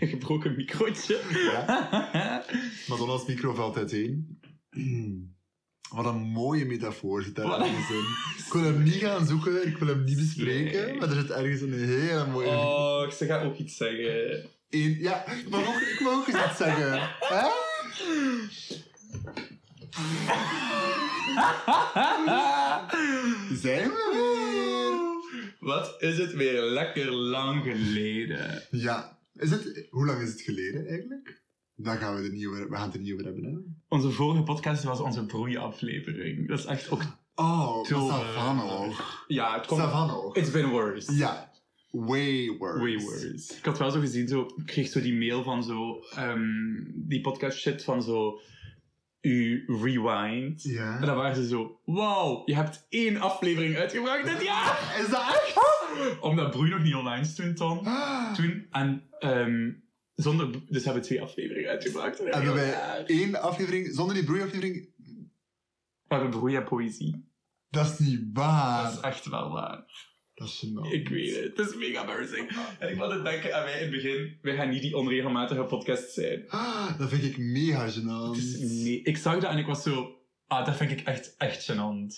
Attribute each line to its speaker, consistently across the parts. Speaker 1: Een gebroken microotje.
Speaker 2: Ja. Madonna's micro valt uiteen. Wat een mooie metafoor zit daar
Speaker 1: Wat?
Speaker 2: ergens in. Ik wil hem niet gaan zoeken, ik wil hem niet bespreken,
Speaker 1: Nee.
Speaker 2: maar er zit ergens een hele mooie...
Speaker 1: Oh, ze gaat ook iets zeggen.
Speaker 2: Eén- ja, ik mag ook, ik mag ook eens iets zeggen. Hè?
Speaker 1: Ah!
Speaker 2: Zijn we weer?
Speaker 1: Wat is het weer lekker lang geleden?
Speaker 2: Ja. Is het, hoe lang is het geleden eigenlijk? Dan gaan we, er niet over, we gaan het er niet over hebben. Hè?
Speaker 1: Onze vorige podcast was onze broeiaflevering. Dat is echt ook...
Speaker 2: Oh,
Speaker 1: Till,
Speaker 2: Til,
Speaker 1: eh,
Speaker 2: Savano.
Speaker 1: Ja, het komt...
Speaker 2: Savano.
Speaker 1: It's been worse.
Speaker 2: Ja. Way worse.
Speaker 1: Way worse. Ik had wel zo gezien, zo, ik kreeg zo die mail van zo, ehm, die podcast shit van zo, u rewind. En
Speaker 2: Ja.
Speaker 1: dan waren ze zo, wow, je hebt één aflevering uitgebracht dit jaar!
Speaker 2: Is dat echt?
Speaker 1: Omdat Broei nog niet online stond dan.
Speaker 2: Ah.
Speaker 1: Toen, en ehm, zonder, dus we hebben twee afleveringen uitgebracht.
Speaker 2: Hebben wij één aflevering, zonder die broeiaflevering?
Speaker 1: We hebben Broei en Poëzie.
Speaker 2: Dat is niet waar.
Speaker 1: Dat is echt wel waar.
Speaker 2: Dat is gênant.
Speaker 1: Ik weet het, het is mega embarrassing. En ik wilde denken aan wij in het begin, wij gaan niet die onregelmatige podcast zijn.
Speaker 2: Ah, Dat vind ik mega
Speaker 1: Het is-
Speaker 2: gênant.
Speaker 1: nee, ik zag dat en ik was zo, ah, dat vind ik echt, echt gênant.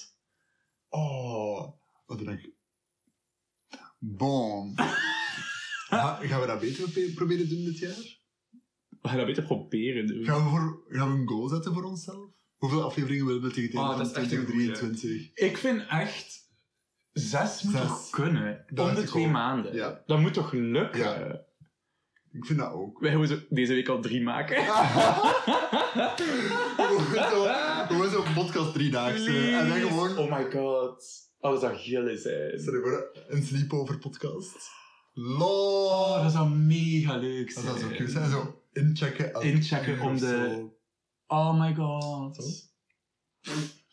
Speaker 2: Oh, wat denk ik? Bon. Ga- gaan we dat beter probe- proberen doen dit jaar?
Speaker 1: We gaan dat beter proberen doen.
Speaker 2: Gaan we, voor, gaan we een goal zetten voor onszelf? Hoeveel afleveringen willen we tegen het einde
Speaker 1: Oh, dat
Speaker 2: van
Speaker 1: is echt een goeie.
Speaker 2: 2023?
Speaker 1: Ik vind echt... Zes moet
Speaker 2: Zes.
Speaker 1: toch kunnen?
Speaker 2: Dat
Speaker 1: Om de
Speaker 2: is
Speaker 1: twee
Speaker 2: gewoon-
Speaker 1: maanden.
Speaker 2: ja.
Speaker 1: Dat moet toch lukken?
Speaker 2: Ik vind dat ook.
Speaker 1: Wij gaan zo deze week al drie maken.
Speaker 2: We worden zo'n podcast
Speaker 1: eh,
Speaker 2: driedaagse. En dan
Speaker 1: Please.
Speaker 2: gewoon
Speaker 1: Oh my god. Alles zou gillen zijn.
Speaker 2: sorry, voor een sleepover podcast. Lol.
Speaker 1: Oh, dat zou mega leuk
Speaker 2: dat
Speaker 1: zijn.
Speaker 2: zou zo cute zijn. Zo inchecken. elke
Speaker 1: Inchecken
Speaker 2: uur
Speaker 1: om
Speaker 2: of
Speaker 1: de-
Speaker 2: zo.
Speaker 1: Oh my god.
Speaker 2: Zo.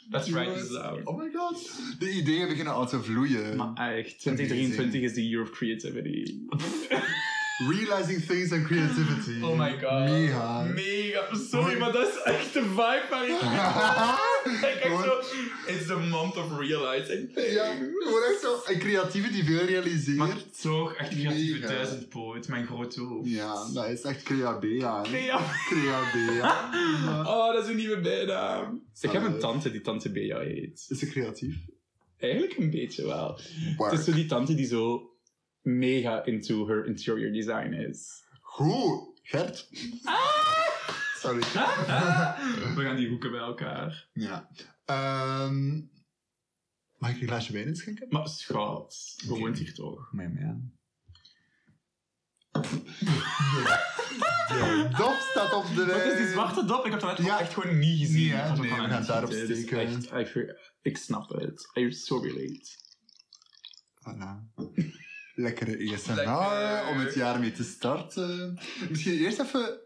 Speaker 1: Let's write this
Speaker 2: Jongens,
Speaker 1: down.
Speaker 2: Oh my god. De ideeën beginnen al te vloeien.
Speaker 1: Maar echt, 2023 is de year of creativity.
Speaker 2: Realizing things and creativity.
Speaker 1: Oh my god.
Speaker 2: Mega.
Speaker 1: Mega. Sorry, maar dat is echt de vibe waar ik... Ik echt zo, It's the month of realizing things.
Speaker 2: ja, gewoon echt zo. Een creatieve die veel realiseert.
Speaker 1: Maar toch, echt die creatieve
Speaker 2: Mega.
Speaker 1: duizendpoot, mijn grote hoofd.
Speaker 2: Ja, dat is echt Crea Bea. hè.
Speaker 1: Bea.
Speaker 2: Crea Bea. Ja.
Speaker 1: Oh, dat is een nieuwe bijnaam. Ik heb een
Speaker 2: Zalig.
Speaker 1: tante die tante Bea heet.
Speaker 2: Is ze creatief?
Speaker 1: Eigenlijk een beetje wel.
Speaker 2: Waar.
Speaker 1: Het is zo die tante die zo mega into her interior design is.
Speaker 2: Goed. Gert.
Speaker 1: Ah!
Speaker 2: Sorry. Ah!
Speaker 1: We gaan die hoeken bij elkaar.
Speaker 2: Ja. Ehm, mag ik een glaasje wijn inschenken?
Speaker 1: Maar schat, we
Speaker 2: Oké.
Speaker 1: woont hier toch?
Speaker 2: Mijn man. De dop staat op de
Speaker 1: Wat
Speaker 2: wijn.
Speaker 1: is die zwarte dop? Ik heb dat net
Speaker 2: Ja.
Speaker 1: echt gewoon niet gezien.
Speaker 2: Nee, hè?
Speaker 1: Ik was ook
Speaker 2: Nee,
Speaker 1: van
Speaker 2: we
Speaker 1: aan
Speaker 2: gaan
Speaker 1: het
Speaker 2: daarop
Speaker 1: zitten. Het is
Speaker 2: steken.
Speaker 1: echt- I feel- Ik snap het. I so relate.
Speaker 2: Voilà. Lekkere ASMR
Speaker 1: Lekker.
Speaker 2: om het jaar mee te starten. Misschien eerst even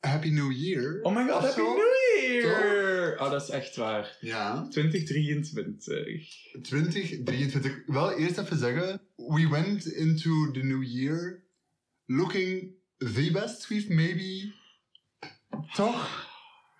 Speaker 2: Happy New Year.
Speaker 1: Oh my god,
Speaker 2: of
Speaker 1: Happy
Speaker 2: zo.
Speaker 1: New Year! Oh, dat is echt waar.
Speaker 2: Ja,
Speaker 1: 2023.
Speaker 2: 2023. Wel eerst even zeggen, we went into the new year looking the best we've maybe... Toch?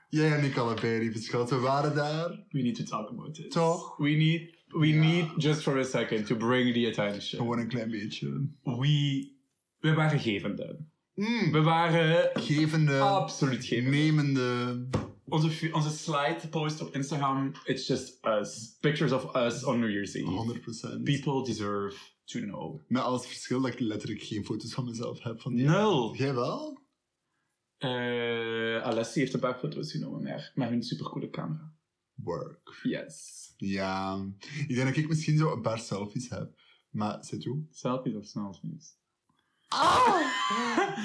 Speaker 2: Jij en ik allebei, lieve schat. We waren daar.
Speaker 1: We need to talk about this.
Speaker 2: Toch?
Speaker 1: We need, we
Speaker 2: Ja.
Speaker 1: need just for a second to bring the attention.
Speaker 2: Gewoon een klein beetje.
Speaker 1: We, we waren gevende.
Speaker 2: Mm,
Speaker 1: We waren eh,
Speaker 2: gevende,
Speaker 1: absoluut gevende.
Speaker 2: nemende.
Speaker 1: Onze, fi- onze slide post op Instagram, it's just us. Pictures of us on New Year's Eve.
Speaker 2: 100%.
Speaker 1: People deserve to know.
Speaker 2: Met als verschil dat ik letterlijk geen foto's van mezelf heb. Van die
Speaker 1: Nul.
Speaker 2: Jij wel?
Speaker 1: Eh, Alessi heeft een paar foto's genomen met, met hun supercoole camera.
Speaker 2: Work.
Speaker 1: Yes.
Speaker 2: Ja. Ik denk dat ik misschien zo een paar selfies heb. Maar, zit toe.
Speaker 1: Selfies of selfies?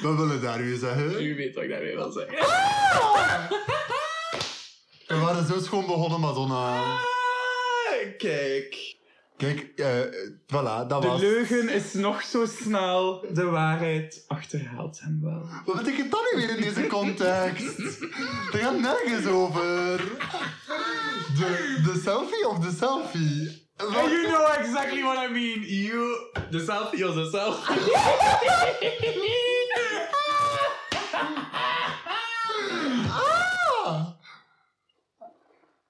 Speaker 2: Wat willen we daar weer zeggen?
Speaker 1: U weet wat ik daarmee wil zeggen.
Speaker 2: We waren zo schoon begonnen, Madonna.
Speaker 1: Ah, Kijk.
Speaker 2: Kijk, eh, eh, voilà, dat
Speaker 1: De
Speaker 2: was...
Speaker 1: leugen is nog zo snel, de waarheid achterhaalt hem wel.
Speaker 2: Wat betekent dat nu weer in deze context? Dat gaat nergens over. De, de selfie of de selfie?
Speaker 1: And
Speaker 2: Wat?
Speaker 1: you know exactly what I mean. You, the selfie was a selfie.
Speaker 2: Ah!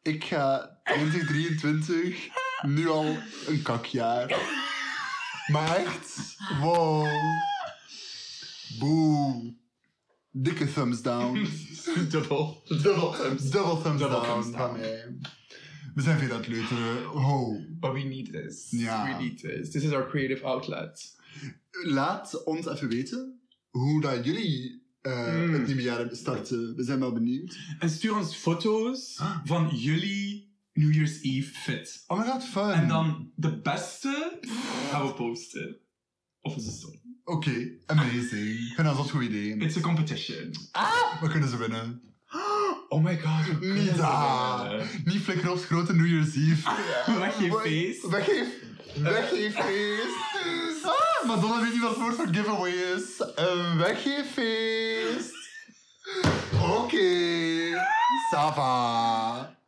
Speaker 2: Ik ga 2023 nu al een kakjaar. Maar echt, wow. Boom. Dikke thumbs down.
Speaker 1: Dubbel.
Speaker 2: Double thumbs, double
Speaker 1: Double
Speaker 2: thumbs down.
Speaker 1: thumbs down.
Speaker 2: van mij. We zijn weer aan het leuteren. Ho.
Speaker 1: But we need this.
Speaker 2: Ja.
Speaker 1: We need this. This is our creative outlet.
Speaker 2: Laat ons even weten hoe dat jullie eh,
Speaker 1: Mm.
Speaker 2: het nieuwe jaar starten. We zijn wel benieuwd.
Speaker 1: En stuur ons foto's
Speaker 2: Ah.
Speaker 1: van jullie New Year's Eve fit.
Speaker 2: Oh my god, fun.
Speaker 1: En dan de beste gaan we posten. Of is het zo?
Speaker 2: Oké, amazing. Ik vind dat een goed idee.
Speaker 1: It's a competition.
Speaker 2: We kunnen ze winnen.
Speaker 1: Oh my god. we kunnen
Speaker 2: Niet
Speaker 1: ze
Speaker 2: daar.
Speaker 1: winnen.
Speaker 2: Niet flikker op grote New Year's Eve.
Speaker 1: Weg je feest.
Speaker 2: Weggeef. Weggeeffeest. Ah, Madonna weet niet wat het woord voor giveaway is. Een weggeeffeest. Oké. Sava.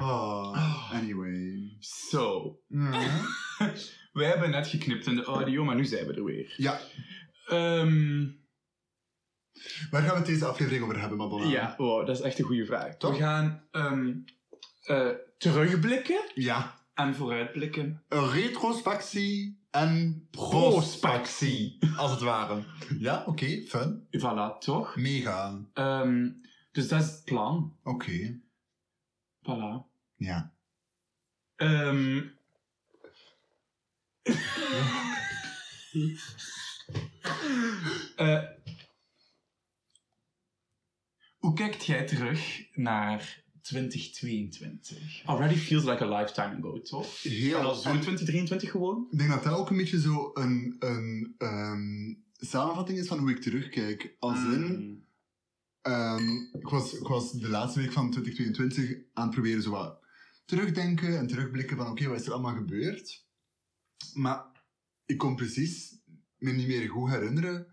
Speaker 2: Oh, anyway.
Speaker 1: Zo.
Speaker 2: Mhm.
Speaker 1: We hebben net geknipt in de audio, maar nu zijn we er weer.
Speaker 2: Ja,
Speaker 1: Ehm,
Speaker 2: waar gaan we het deze aflevering over hebben, Madonna?
Speaker 1: ja, wow, dat is echt een goede vraag.
Speaker 2: Toch?
Speaker 1: We gaan ehm, eh, terugblikken
Speaker 2: Ja.
Speaker 1: en vooruitblikken.
Speaker 2: Een retrospectie en prospectie,
Speaker 1: Prospectie.
Speaker 2: als het ware. Ja, oké, fun.
Speaker 1: Voilà, toch?
Speaker 2: Mega.
Speaker 1: Ehm, dus dat is het plan.
Speaker 2: Oké.
Speaker 1: Voilà.
Speaker 2: Ja.
Speaker 1: Ehm, eh, hoe kijkt jij terug naar 2022? Already feels like a lifetime ago, toch?
Speaker 2: Heel
Speaker 1: En al zo'n
Speaker 2: en-
Speaker 1: 2023 gewoon?
Speaker 2: Ik denk dat dat ook een beetje zo een, een ehm, samenvatting is van hoe ik terugkijk. Als in,
Speaker 1: Mm.
Speaker 2: ehm, ik, was, ik was de laatste week van 2022 aan het proberen zo wat terugdenken en terugblikken van oké, wat is er allemaal gebeurd? Maar ik kon precies me niet meer goed herinneren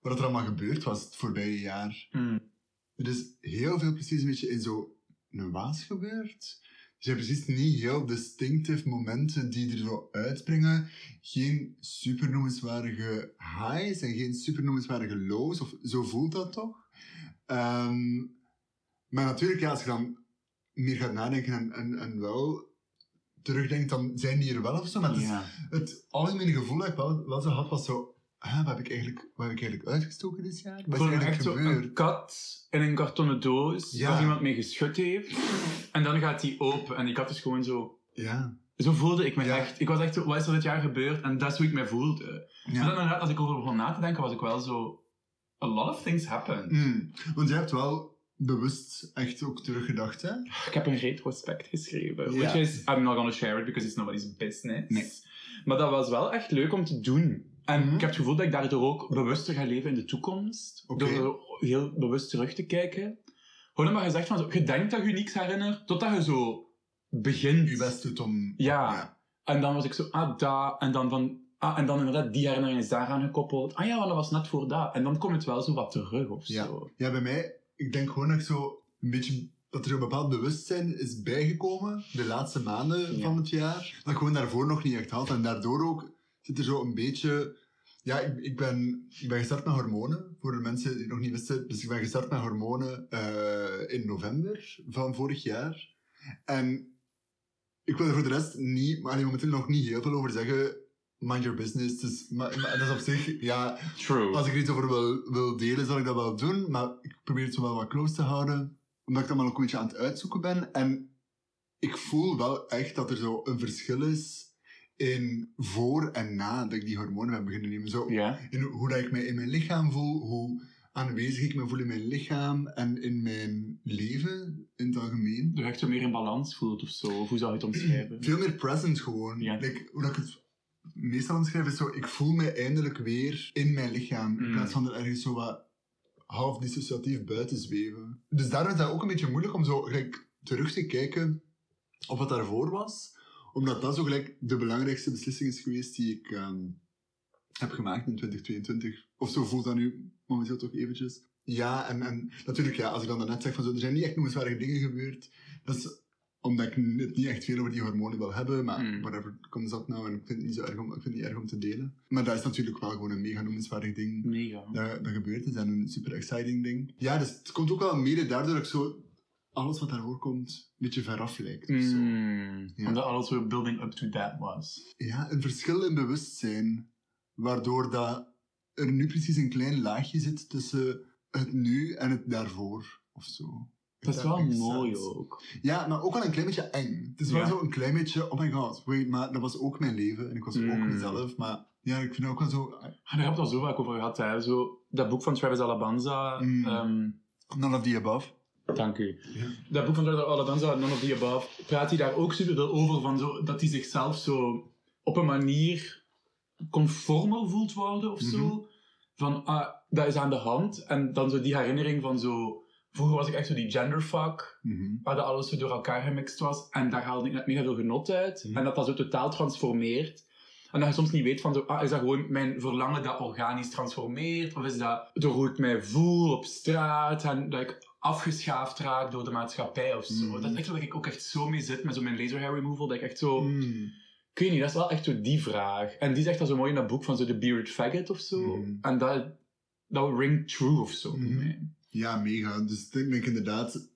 Speaker 2: wat er allemaal gebeurd was het voorbije jaar.
Speaker 1: Mm.
Speaker 2: Er is heel veel precies een beetje in zo'n waas gebeurd. Er zijn precies niet heel distinctive momenten die er zo uitspringen. Geen super noemenswaardige highs en geen super noemenswaardige lows. Of zo voelt dat toch? Ehm, maar natuurlijk, ja, als je dan meer gaat nadenken en, en, en wel terugdenkt, dan zijn die er wel of zo. Maar het, is-
Speaker 1: Ja.
Speaker 2: het algemene gevoel dat ik wel, wel zo had, was zo... Ah, wat, heb ik eigenlijk, wat heb ik eigenlijk uitgestoken dit jaar? Wat is
Speaker 1: Gewoon
Speaker 2: er
Speaker 1: echt
Speaker 2: eigenlijk
Speaker 1: zo
Speaker 2: gebeurd?
Speaker 1: een kat in een kartonnen doos
Speaker 2: Ja.
Speaker 1: waar iemand mee geschud heeft. En dan gaat die open en die kat is gewoon zo...
Speaker 2: Ja.
Speaker 1: Zo voelde ik me
Speaker 2: Ja.
Speaker 1: echt. Ik was echt zo, wat is er dit jaar gebeurd? En dat is hoe ik me voelde.
Speaker 2: ja.
Speaker 1: Maar dan inderdaad, als ik over begon na te denken, was ik wel zo... A lot of things happen.
Speaker 2: Mm, Want jij hebt wel bewust echt ook teruggedacht, hè?
Speaker 1: Ik heb een retrospect geschreven.
Speaker 2: Ja.
Speaker 1: Which is, I'm not gonna share it because it's nobody's business.
Speaker 2: Nee.
Speaker 1: Maar dat was wel echt leuk om te doen. En
Speaker 2: Mhm.
Speaker 1: ik heb het gevoel dat ik daardoor ook bewuster ga leven in de toekomst.
Speaker 2: Oké.
Speaker 1: Door heel bewust terug te kijken. Gewoon maar gezegd van, zo, je denkt dat je niks herinnert, totdat je zo begint.
Speaker 2: Je best doet om...
Speaker 1: Ja. En dan was ik zo, ah, daar. En dan van... Ah, en dan inderdaad, die herinnering is daaraan gekoppeld. Ah ja, want dat was net voor dat. En dan komt het wel zo wat terug of
Speaker 2: Ja.
Speaker 1: zo.
Speaker 2: Ja, bij mij, ik denk gewoon dat ik zo een beetje dat er een bepaald bewustzijn is bijgekomen de laatste maanden
Speaker 1: Ja.
Speaker 2: van het jaar. Dat ik gewoon daarvoor nog niet echt had. En daardoor ook zit er zo een beetje. Ja, ik, ik, ben, ik ben gestart met hormonen. Voor de mensen die nog niet wisten. Dus ik ben gestart met hormonen eh, in november van vorig jaar. En ik wil er voor de rest niet, maar momenteel nog niet heel veel over zeggen. Mind your business. Dus, maar, maar dat is op zich, ja,
Speaker 1: True.
Speaker 2: als ik er iets over wil, wil delen, zal ik dat wel doen. Maar ik probeer het zo wel wat close te houden. Omdat ik dat maar ook een beetje aan het uitzoeken ben. En ik voel wel echt dat er zo een verschil is in voor en na dat ik die hormonen ben beginnen nemen. Zo,
Speaker 1: Ja.
Speaker 2: in hoe dat ik mij in mijn lichaam voel, hoe aanwezig ik me voel in mijn lichaam en in mijn leven in het algemeen.
Speaker 1: Dat je echt zo meer in balans voelt of zo. Of hoe zou je het omschrijven?
Speaker 2: Veel meer present gewoon.
Speaker 1: Ja.
Speaker 2: Like, hoe dat ik het meestal omschrijf is zo, ik voel me eindelijk weer in mijn lichaam. In
Speaker 1: Mm.
Speaker 2: plaats van er ergens zo wat half dissociatief buiten zweven. Dus daarom is dat ook een beetje moeilijk om zo gelijk, terug te kijken op wat daarvoor was. Omdat dat zo gelijk de belangrijkste beslissing is geweest die ik ehm, heb gemaakt in 2022. Of zo voelt dat nu momenteel toch eventjes. Ja, en, en natuurlijk, ja, als ik dan daarnet zeg van zo, er zijn niet echt noemenswaardige dingen gebeurd. Dat is omdat ik het niet echt veel over die hormonen wil hebben, maar
Speaker 1: Mm.
Speaker 2: whatever komt dat nou en ik vind, het niet zo erg om, ik vind het niet erg om te delen. Maar dat is natuurlijk wel gewoon een mega noemenswaardig ding
Speaker 1: Mega.
Speaker 2: dat, dat gebeurd is en een super exciting ding. Ja, dus het komt ook wel mede daardoor dat ik zo alles wat daarvoor komt een beetje veraf lijkt. of zo.
Speaker 1: Mm,
Speaker 2: Ja.
Speaker 1: Omdat alles weer building up to that was.
Speaker 2: Ja, een verschil in bewustzijn, waardoor dat er nu precies een klein laagje zit tussen het nu en het daarvoor of zo.
Speaker 1: Dat is wel
Speaker 2: makes
Speaker 1: mooi
Speaker 2: sense.
Speaker 1: ook.
Speaker 2: Ja, maar ook wel een klein beetje eng. Het is wel
Speaker 1: Ja.
Speaker 2: zo een klein beetje, oh my god, wait, maar dat was ook mijn leven en ik was ook
Speaker 1: Mm.
Speaker 2: mezelf, maar ja, ik vind dat ook wel zo, eh,
Speaker 1: Ah, Daar heb ik het al zo vaak over gehad. Hè. Zo, dat boek van Travis Alabanza.
Speaker 2: Mm.
Speaker 1: ehm,
Speaker 2: none of the above.
Speaker 1: Dank u.
Speaker 2: Ja.
Speaker 1: Dat boek van Dr. Alabanza, None of the Above, praat hij daar ook superveel over, van zo, dat hij zichzelf zo op een manier conformer voelt worden of zo. Van, ah, dat is aan de hand. En dan zo die herinnering van zo... Vroeger was ik echt zo die genderfuck,
Speaker 2: Mhm.
Speaker 1: waar dat alles zo door elkaar gemixt was. En daar haalde ik net mega veel genot uit.
Speaker 2: Mhm.
Speaker 1: En dat dat zo totaal transformeert. En dat je soms niet weet van, zo, ah, is dat gewoon mijn verlangen dat organisch transformeert? Of is dat door hoe ik mij voel op straat? En dat ik afgeschaafd raak door de maatschappij of zo.
Speaker 2: Mhm.
Speaker 1: Dat is echt waar ik ook echt zo mee zit met zo mijn laser hair removal. Dat ik echt zo,
Speaker 2: Mm.
Speaker 1: ik weet niet, dat is wel echt zo die vraag. En die zegt dat zo mooi in dat boek van zo de bearded faggot of zo.
Speaker 2: Mhm.
Speaker 1: En dat, dat ringt true of zo voor
Speaker 2: Mhm.
Speaker 1: mij.
Speaker 2: Ja, mega. Dus ik denk, denk inderdaad...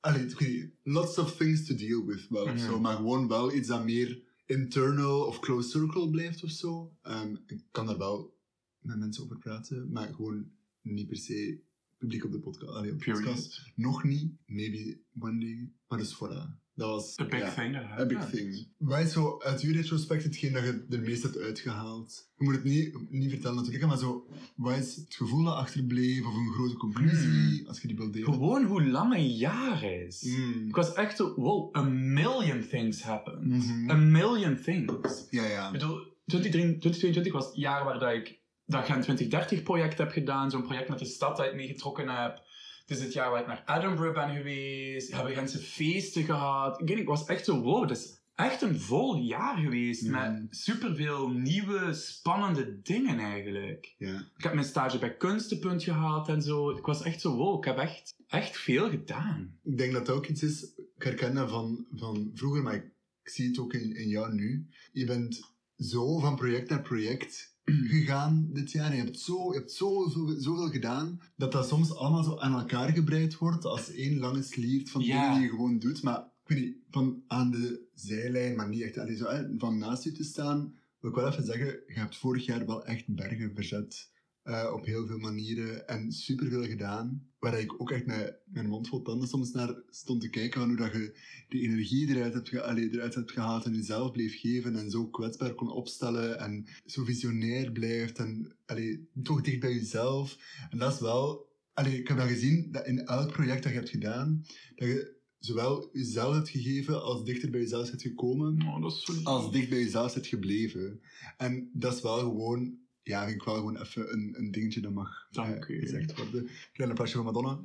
Speaker 2: Allee, ik weet niet, lots of things to deal with wel of
Speaker 1: Mhm.
Speaker 2: zo. Maar gewoon wel iets dat meer internal of close circle blijft of zo. Ehm, ik kan daar wel met mensen over praten, maar gewoon niet per se publiek op de podcast. Allee, op de podcast.
Speaker 1: Period.
Speaker 2: Nog niet. Maybe one day. Maar dus voilà. Dat was...
Speaker 1: The big
Speaker 2: ja,
Speaker 1: thing. that
Speaker 2: A big
Speaker 1: happened.
Speaker 2: thing. Wat is zo uit uw retrospect hetgeen dat je er meest hebt uitgehaald? Je moet het niet, niet vertellen natuurlijk, maar zo, wat is het gevoel dat achterbleef of een grote conclusie, als je die wilt delen?
Speaker 1: Gewoon hoe lang een jaar is.
Speaker 2: Mm.
Speaker 1: Ik was echt zo, wow, a million things happened.
Speaker 2: Mhm.
Speaker 1: A million things.
Speaker 2: Ja,
Speaker 1: Ik
Speaker 2: ja.
Speaker 1: bedoel, 2023 2022 was het jaar waar dat ik dat Gent 2030 project heb gedaan. Zo'n project met de stad dat ik meegetrokken heb. Het is het jaar waar ik naar Edinburgh ben geweest. Hebben we Gentse feesten gehad. Ik, weet, niet, ik was echt zo, wow, dat is echt een vol jaar geweest.
Speaker 2: Mhm.
Speaker 1: Met superveel nieuwe, spannende dingen eigenlijk.
Speaker 2: Ja.
Speaker 1: Ik heb mijn stage bij Kunstenpunt gehad en zo. Ik was echt zo, wow, ik heb echt, echt veel gedaan.
Speaker 2: Ik denk dat dat ook iets is, ik herken dat van, van vroeger, maar ik, ik zie het ook in, in jou nu. Je bent zo van project naar project gegaan dit jaar. En je hebt, zo, je hebt zo, zo, zoveel gedaan, dat dat soms allemaal zo aan elkaar gebreid wordt als één lange sliert van
Speaker 1: Ja.
Speaker 2: dingen die je gewoon doet. Maar ik weet niet, van aan de zijlijn, maar niet echt allee, zo, hè, van naast je te staan, wil ik wel even zeggen, je hebt vorig jaar wel echt bergen verzet. eh, op heel veel manieren en superveel gedaan. Waar ik ook echt met mijn mond vol tanden soms naar stond te kijken. Van hoe dat je die energie eruit hebt, ge- allee, eruit hebt gehaald en jezelf bleef geven. En zo kwetsbaar kon opstellen en zo visionair blijft. En allee, toch dicht bij jezelf. En dat is wel... Allee, ik heb dat gezien, dat in elk project dat je hebt gedaan, dat je zowel jezelf hebt gegeven als dichter bij jezelf bent gekomen
Speaker 1: Oh, dat is zo lief.
Speaker 2: als dicht bij jezelf zit gebleven. En dat is wel gewoon, ja, vind ik wel gewoon even een, een dingetje dat mag eh,
Speaker 1: Dank u.
Speaker 2: gezegd worden. Kleine applausje van Madonna.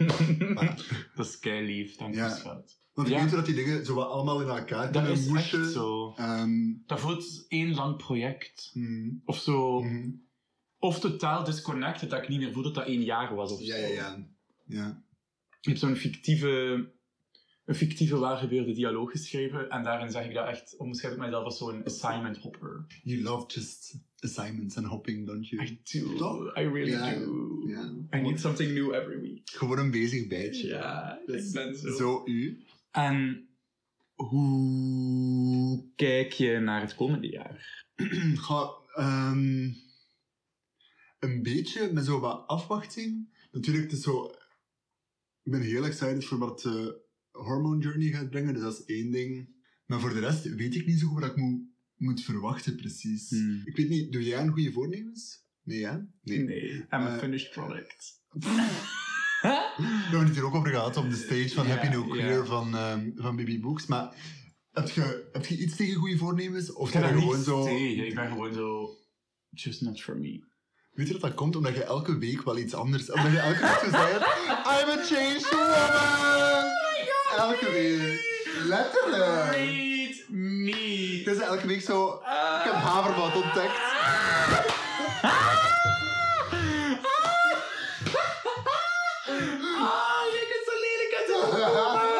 Speaker 2: Voilà.
Speaker 1: dat is kei lief, dank je
Speaker 2: Ja.
Speaker 1: schat.
Speaker 2: Want ik
Speaker 1: Ja.
Speaker 2: weet hoe dat die dingen zo wat allemaal in elkaar
Speaker 1: Dat
Speaker 2: kunnen
Speaker 1: is
Speaker 2: moesje.
Speaker 1: echt zo.
Speaker 2: Ehm,
Speaker 1: Dat voelt één lang project.
Speaker 2: mm,
Speaker 1: Of zo.
Speaker 2: mhm.
Speaker 1: Of totaal disconnected, dat ik niet meer voel dat dat één jaar was. Of
Speaker 2: Ja,
Speaker 1: zo.
Speaker 2: ja, ja. Ja.
Speaker 1: Ik heb zo'n fictieve, een fictieve waargebeurde dialoog geschreven. En daarin zeg ik dat echt, omschrijf ik mijzelf als zo'n assignment hopper.
Speaker 2: You love just assignments and hopping, don't you?
Speaker 1: I do.
Speaker 2: Toch?
Speaker 1: I really
Speaker 2: Ja,
Speaker 1: do.
Speaker 2: Ja.
Speaker 1: I need something new every week.
Speaker 2: Gewoon een bezig bijtje.
Speaker 1: Ja, ik ben zo.
Speaker 2: Zo u.
Speaker 1: En hoe kijk je naar het komende jaar?
Speaker 2: Goh, ehm, een beetje met zo wat afwachting. Natuurlijk, het is zo... Ik ben heel excited voor wat de Hormone Journey gaat brengen, dus dat is één ding. Maar voor de rest weet ik niet zo goed wat ik moet, moet verwachten, precies.
Speaker 1: Hmm.
Speaker 2: Ik weet niet, doe jij een goede voornemens? Nee, ja? Nee.
Speaker 1: Nee, I'm a
Speaker 2: Eh,
Speaker 1: finished product.
Speaker 2: We hebben het hier ook over gehad op de stage van
Speaker 1: Ja,
Speaker 2: Happy No
Speaker 1: ja.
Speaker 2: Queer van, ehm van Baby Books, maar... Heb je, heb je iets tegen goede voornemens? Of
Speaker 1: Ik heb
Speaker 2: ben
Speaker 1: daar
Speaker 2: je
Speaker 1: niks tegen. Ik ben gewoon zo... Just not for me.
Speaker 2: Weet je dat dat komt? Omdat je elke week wel iets anders... Omdat je elke week zo zegt... I'm a changed woman! elke week. Letterlijk.
Speaker 1: Read me.
Speaker 2: Het is elke week zo... Ik heb havermout ontdekt.
Speaker 1: Ah, je kunt zo lelijk uit de bomen.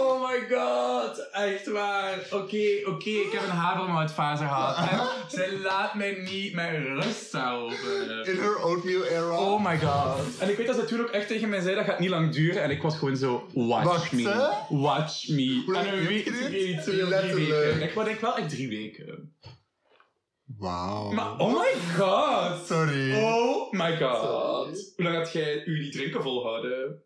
Speaker 1: Oh my god, echt waar. Oké, oké, ik heb een havermoutfase gehad. En zij laat mij niet mijn rust houden.
Speaker 2: In her oatmeal era.
Speaker 1: Oh my god. En ik weet dat ze toen ook echt tegen mij zei, dat gaat niet lang duren. En ik was gewoon zo, watch
Speaker 2: Wacht,
Speaker 1: me.
Speaker 2: hè?
Speaker 1: Watch me.
Speaker 2: Hoe lang
Speaker 1: en een
Speaker 2: heeft
Speaker 1: week,
Speaker 2: je dit?
Speaker 1: ik weet niet, zo heel drie
Speaker 2: Letterlijk.
Speaker 1: weken. Ik wou denk wel echt drie weken.
Speaker 2: Wauw.
Speaker 1: Maar oh my god.
Speaker 2: Sorry.
Speaker 1: Oh my
Speaker 2: Sorry.
Speaker 1: god. Hoe lang had jij u die drinken volhouden?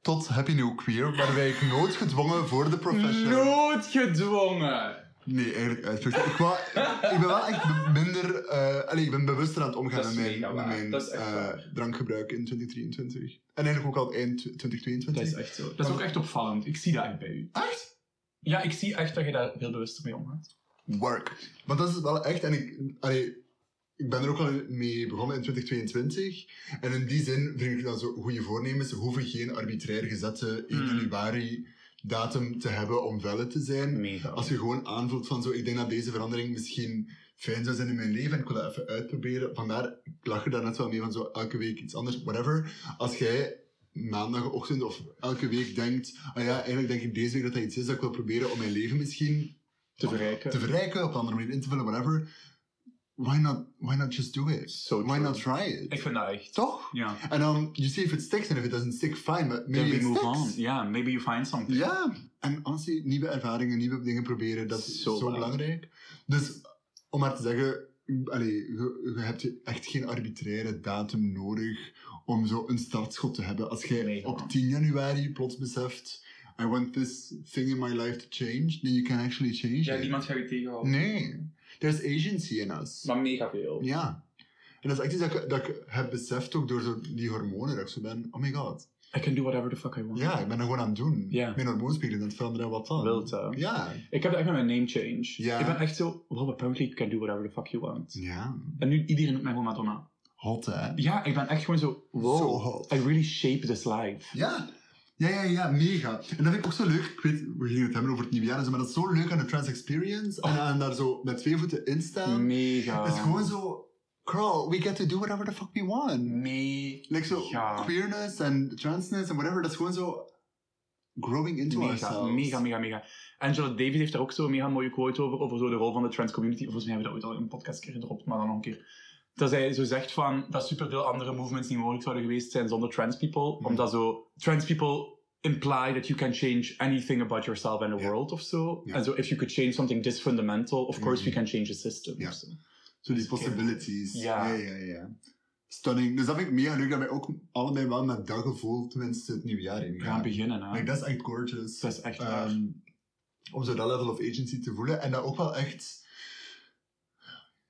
Speaker 2: Tot Happy New Queer werden ik nooit gedwongen voor de profession.
Speaker 1: Nooit gedwongen.
Speaker 2: Nee, eigenlijk uitvluchten. Ik, wou- ik ben wel echt be- minder... eh allee, ik ben bewuster aan het omgaan
Speaker 1: Dat
Speaker 2: met
Speaker 1: is
Speaker 2: mijn,
Speaker 1: mega
Speaker 2: met
Speaker 1: waar.
Speaker 2: mijn
Speaker 1: Dat is echt
Speaker 2: eh,
Speaker 1: waar.
Speaker 2: drankgebruik in 2023. En eigenlijk ook al eind 2022.
Speaker 1: Dat is echt zo. Dat is ook echt opvallend. Ik zie dat echt bij u.
Speaker 2: Echt?
Speaker 1: Ja, ik zie echt dat je daar heel bewust mee omgaat.
Speaker 2: Work. Want dat is wel echt... En ik, allee, ik ben er ook al mee begonnen in 2022. En in die zin vind ik dat zo goede voornemens hoeven geen arbitrair gezette 1
Speaker 1: Mm.
Speaker 2: januari datum te hebben om valid te zijn.
Speaker 1: Mega.
Speaker 2: Als je gewoon aanvoelt van zo, ik denk dat deze verandering misschien fijn zou zijn in mijn leven en ik wil dat even uitproberen. Vandaar, ik lach er daar net wel mee van zo, elke week iets anders, whatever. Als jij maandagochtend of elke week denkt, ah ja, eigenlijk denk ik deze week dat dat iets is dat ik wil proberen om mijn leven misschien
Speaker 1: te verrijken.
Speaker 2: te verrijken, op een andere manier in te vullen, whatever. Why not, why not just do it?
Speaker 1: So
Speaker 2: why
Speaker 1: true.
Speaker 2: not try it?
Speaker 1: Ik vind dat echt.
Speaker 2: Toch?
Speaker 1: Ja.
Speaker 2: En dan, you see if it sticks, and if it doesn't stick, fine, but
Speaker 1: Then
Speaker 2: maybe
Speaker 1: we
Speaker 2: it
Speaker 1: move on.
Speaker 2: sticks.
Speaker 1: Ja, maybe you find something.
Speaker 2: Ja, en honestly, nieuwe ervaringen, nieuwe dingen proberen, dat is
Speaker 1: Zo
Speaker 2: zo,
Speaker 1: belangrijk.
Speaker 2: belangrijk. Dus om maar te zeggen, allee, je, je hebt echt geen arbitraire datum nodig om zo een startschot te hebben. Als jij
Speaker 1: Nee.
Speaker 2: op 10 januari plots beseft, I want this thing in my life to change, then you can actually change
Speaker 1: Ja,
Speaker 2: it.
Speaker 1: niemand gaat je tegenhouden.
Speaker 2: Nee, there's agency in us.
Speaker 1: Maar mega veel.
Speaker 2: Ja. En dat is echt iets dat ik, dat ik heb beseft ook door zo die hormonen, dat ik zo ben, oh my god.
Speaker 1: I can do whatever the fuck I want.
Speaker 2: Ja, ik ben er gewoon aan het doen.
Speaker 1: Ja.
Speaker 2: Mijn hormoonspiegel, dat veranderen, wat dan?
Speaker 1: Wild, hè?
Speaker 2: Ja.
Speaker 1: Ik heb dat echt met mijn name change.
Speaker 2: Ja. Mm.
Speaker 1: Ik ben echt zo, well, apparently you can do whatever the fuck you want.
Speaker 2: Ja.
Speaker 1: En nu iedereen noemt mij gewoon Madonna.
Speaker 2: Hot, hè?
Speaker 1: Ja, ik ben echt gewoon zo, wow,
Speaker 2: Zo hot.
Speaker 1: I really shape this life.
Speaker 2: Ja. Ja, ja, ja, mega. En dat vind ik ook zo leuk. Ik weet, we gingen het hebben over het nieuwe jaar en zo, maar dat is zo leuk aan de trans experience. En aan daar zo met twee voeten in staan.
Speaker 1: Oh. Mega.
Speaker 2: Het is gewoon zo, girl, we get to do whatever the fuck we want.
Speaker 1: Mega.
Speaker 2: Like zo,
Speaker 1: Ja.
Speaker 2: queerness en transness en whatever, dat is gewoon zo growing into
Speaker 1: Mega,
Speaker 2: ourselves.
Speaker 1: mega, mega, mega. Angela Davis heeft daar ook zo'n mega mooie quote over, over zo de rol van de trans community. Volgens mij hebben we dat ooit al in een podcast een keer gedropt, maar dan nog een keer. Dat zij zo zegt van, dat superveel andere movements niet mogelijk zouden geweest zijn zonder trans people.
Speaker 2: Mhm.
Speaker 1: Omdat zo, trans people imply that you can change anything about yourself and the
Speaker 2: Ja.
Speaker 1: world of zo.
Speaker 2: Ja.
Speaker 1: En zo, if you could change something this fundamental, of course
Speaker 2: Mhm.
Speaker 1: we can change the system.
Speaker 2: Ja.
Speaker 1: of zo. Dus eh,
Speaker 2: Zo die possibilities.
Speaker 1: Ja.
Speaker 2: ja, ja. ja. Stunning. Dus dat vind ik mega leuk dat wij ook allebei wel met dat gevoel, tenminste, het nieuwe jaar
Speaker 1: We gaan
Speaker 2: ingaan.
Speaker 1: beginnen, hè.
Speaker 2: Like, dat is echt gorgeous.
Speaker 1: Dus dat is echt waar.
Speaker 2: Ehm, om zo dat level of agency te voelen. En dat ook wel echt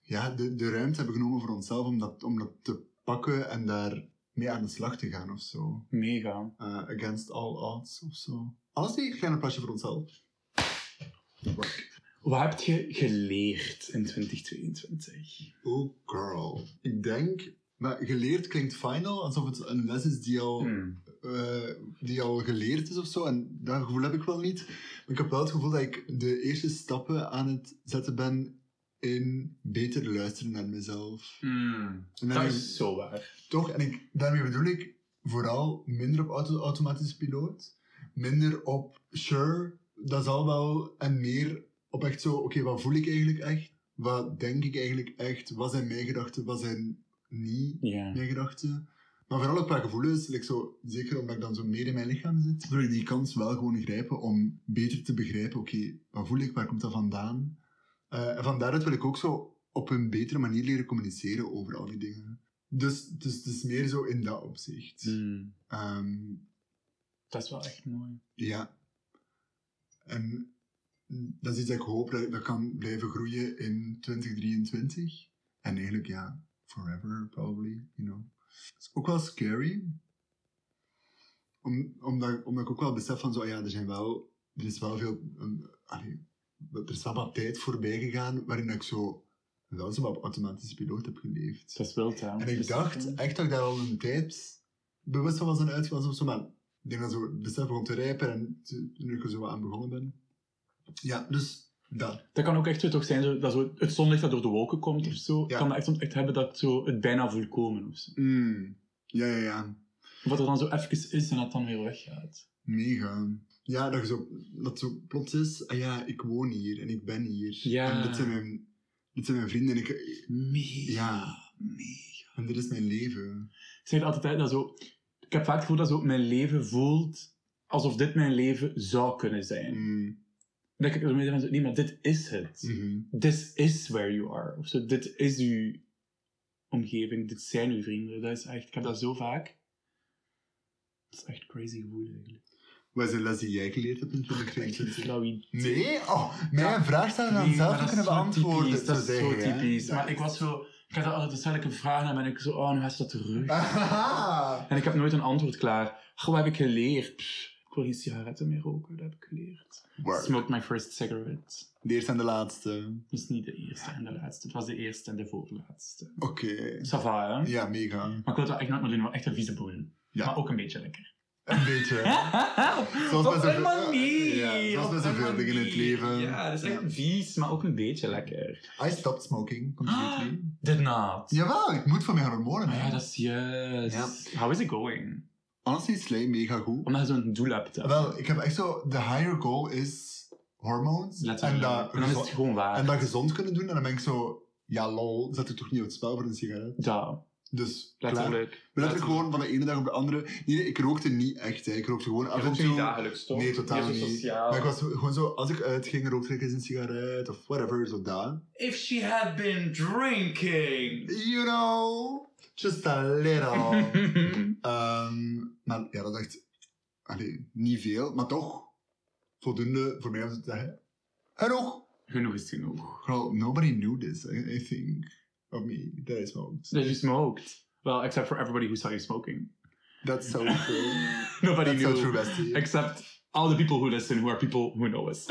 Speaker 2: ja, de, de ruimte hebben genomen voor onszelf om dat, om dat te pakken en daar mee aan de slag te gaan of zo.
Speaker 1: Mega.
Speaker 2: Eh, against all odds of zo. Alles die kleine plasje voor onszelf. Work.
Speaker 1: Wat heb je geleerd in 2022?
Speaker 2: Oh, girl. Ik denk, maar geleerd klinkt final, alsof het een les is die al
Speaker 1: Hmm.
Speaker 2: eh, die al geleerd is of zo. En dat gevoel heb ik wel niet. Maar ik heb wel het gevoel dat ik de eerste stappen aan het zetten ben in beter luisteren naar mezelf.
Speaker 1: Hmm.
Speaker 2: En
Speaker 1: Dat
Speaker 2: daarmee-
Speaker 1: is zo waar.
Speaker 2: Toch? En ik, daarmee bedoel ik vooral minder op auto, automatische piloot. Minder op sure, dat zal wel. En meer op echt zo, oké, wat voel ik eigenlijk echt? Wat denk ik eigenlijk echt? Wat zijn mijn gedachten? Wat zijn niet
Speaker 1: Ja.
Speaker 2: mijn gedachten. Maar vooral ook qua gevoelens, like zo, zeker omdat ik dan zo meer in mijn lichaam zit, wil ik die kans wel gewoon grijpen om beter te begrijpen, oké, wat voel ik, waar komt dat vandaan? Eh, en van daaruit wil ik ook zo op een betere manier leren communiceren over al die dingen. Dus het is dus, meer zo in dat opzicht.
Speaker 1: Hmm.
Speaker 2: Ehm,
Speaker 1: Dat is wel echt mooi.
Speaker 2: ja. En dat is iets dat ik hoop dat dat kan blijven groeien in 2023. En eigenlijk, ja, forever probably, you know. Het is ook wel scary. Om, omdat, omdat ik ook wel besef van zo, ja, er zijn wel... Er is wel veel... een- allee, er is wel wat tijd voorbij gegaan waarin ik zo... Wel zo wat op automatische piloot heb geleefd.
Speaker 1: Dat is wild, hè?
Speaker 2: En ik dacht
Speaker 1: eh,
Speaker 2: echt dat ik daar al een tijd bewust van was en uitgewas of zo, maar ik denk dat zo het besef begon te rijpen en te- toen ik er zo wat aan begonnen ben. Ja, dus Dat.
Speaker 1: Dat kan ook echt zo toch zijn, zo, dat zo het zonlicht dat door de wolken komt of zo.
Speaker 2: Ja.
Speaker 1: Kan dat echt, zo- echt hebben dat ik zo het bijna voel komen of zo.
Speaker 2: Mm. Ja, ja, ja.
Speaker 1: Wat er dan zo even is en dat dan weer weggaat.
Speaker 2: Mega. Ja, dat, je zo, dat zo plots is, ah ja, ik woon hier en ik ben hier.
Speaker 1: Ja.
Speaker 2: En dit zijn mijn, dit zijn mijn vrienden en, ik,
Speaker 1: Mega.
Speaker 2: Ja.
Speaker 1: Mega.
Speaker 2: en dit is mijn leven.
Speaker 1: Ik zeg altijd hè, dat zo... Ik heb vaak het gevoel dat zo mijn leven voelt alsof dit mijn leven zou kunnen zijn.
Speaker 2: Mm.
Speaker 1: Dat ik ermee van zo, nee, maar dit is het.
Speaker 2: Mhm.
Speaker 1: This is where you are. Of zo, dit is uw omgeving, dit zijn uw vrienden. Dat is echt, ik heb dat zo vaak. Dat is echt crazy gevoel eigenlijk.
Speaker 2: Wat is de les die jij geleerd hebt in 2023?
Speaker 1: Flauw
Speaker 2: Nee? Oh, mijn vraag staat aan zelf te kunnen beantwoorden.
Speaker 1: Dat is zo
Speaker 2: zeggen, hè?
Speaker 1: typisch.
Speaker 2: Ja.
Speaker 1: Maar ik was zo... Ik had altijd dus stel ik een vraag en dan ben ik zo... Oh, nu is dat terug.
Speaker 2: Ahaha.
Speaker 1: En ik heb nooit een antwoord klaar. Goh, wat heb ik geleerd? Pff, ik wil geen sigaretten meer roken. Dat heb ik geleerd.
Speaker 2: Word.
Speaker 1: Smoked my first cigarette.
Speaker 2: De eerste en de laatste.
Speaker 1: Dus niet de eerste en de laatste. Het was de eerste en de voorlaatste.
Speaker 2: Oké.
Speaker 1: Ça va, hè?
Speaker 2: Ja, mega.
Speaker 1: Maar ik wil dat echt nooit meer doen. want Echt een vieze boel.
Speaker 2: Ja.
Speaker 1: Maar ook een beetje lekker.
Speaker 2: Een beetje. Zoals
Speaker 1: Op
Speaker 2: met
Speaker 1: een
Speaker 2: zoveel-
Speaker 1: manier.
Speaker 2: Ja, zoals met
Speaker 1: op een
Speaker 2: zoveel dingen in
Speaker 1: manier.
Speaker 2: het leven.
Speaker 1: Ja, dat is echt
Speaker 2: Ja.
Speaker 1: vies, maar ook een beetje lekker.
Speaker 2: I stopped smoking completely.
Speaker 1: Did not.
Speaker 2: Jawel, ik moet van mijn hormonen.
Speaker 1: Maar
Speaker 2: hè.
Speaker 1: Ah, ja, dat is juist. How is it going?
Speaker 2: Honestly, Slay, mega goed.
Speaker 1: Omdat je zo'n doel hebt. hè.
Speaker 2: Wel, ik heb echt zo... De higher goal is hormones. En
Speaker 1: Letterlijk.
Speaker 2: dat,
Speaker 1: En dan is het
Speaker 2: gezo-
Speaker 1: gewoon waar.
Speaker 2: en dat gezond kunnen doen. En dan ben ik zo... Ja, lol, zet u toch niet op het spel voor een sigaret?
Speaker 1: Ja,
Speaker 2: Dus, klaar.
Speaker 1: letterlijk.
Speaker 2: Maar letterlijk gewoon van de ene dag op de andere. Nee, ik rookte niet echt, hè. ik rookte gewoon af en toe.
Speaker 1: dagelijks,
Speaker 2: Nee, totaal niet. Maar ik was gewoon zo, als ik uitging, rookte ik eens een sigaret of whatever, zo daar.
Speaker 1: If she had been drinking.
Speaker 2: You know, just a little. Ehm, maar ja, dat is echt, allee, niet veel, maar toch voldoende voor mij om te zeggen. En nog,
Speaker 1: genoeg is genoeg.
Speaker 2: girl, nobody knew this, I, I think, of me, that I smoked.
Speaker 1: That you smoked. Well, except for everybody who saw you smoking.
Speaker 2: That's so true.
Speaker 1: Nobody
Speaker 2: That's so true,
Speaker 1: knew.
Speaker 2: bestie. Oh.
Speaker 1: Except all the people who listen, who are people who know us.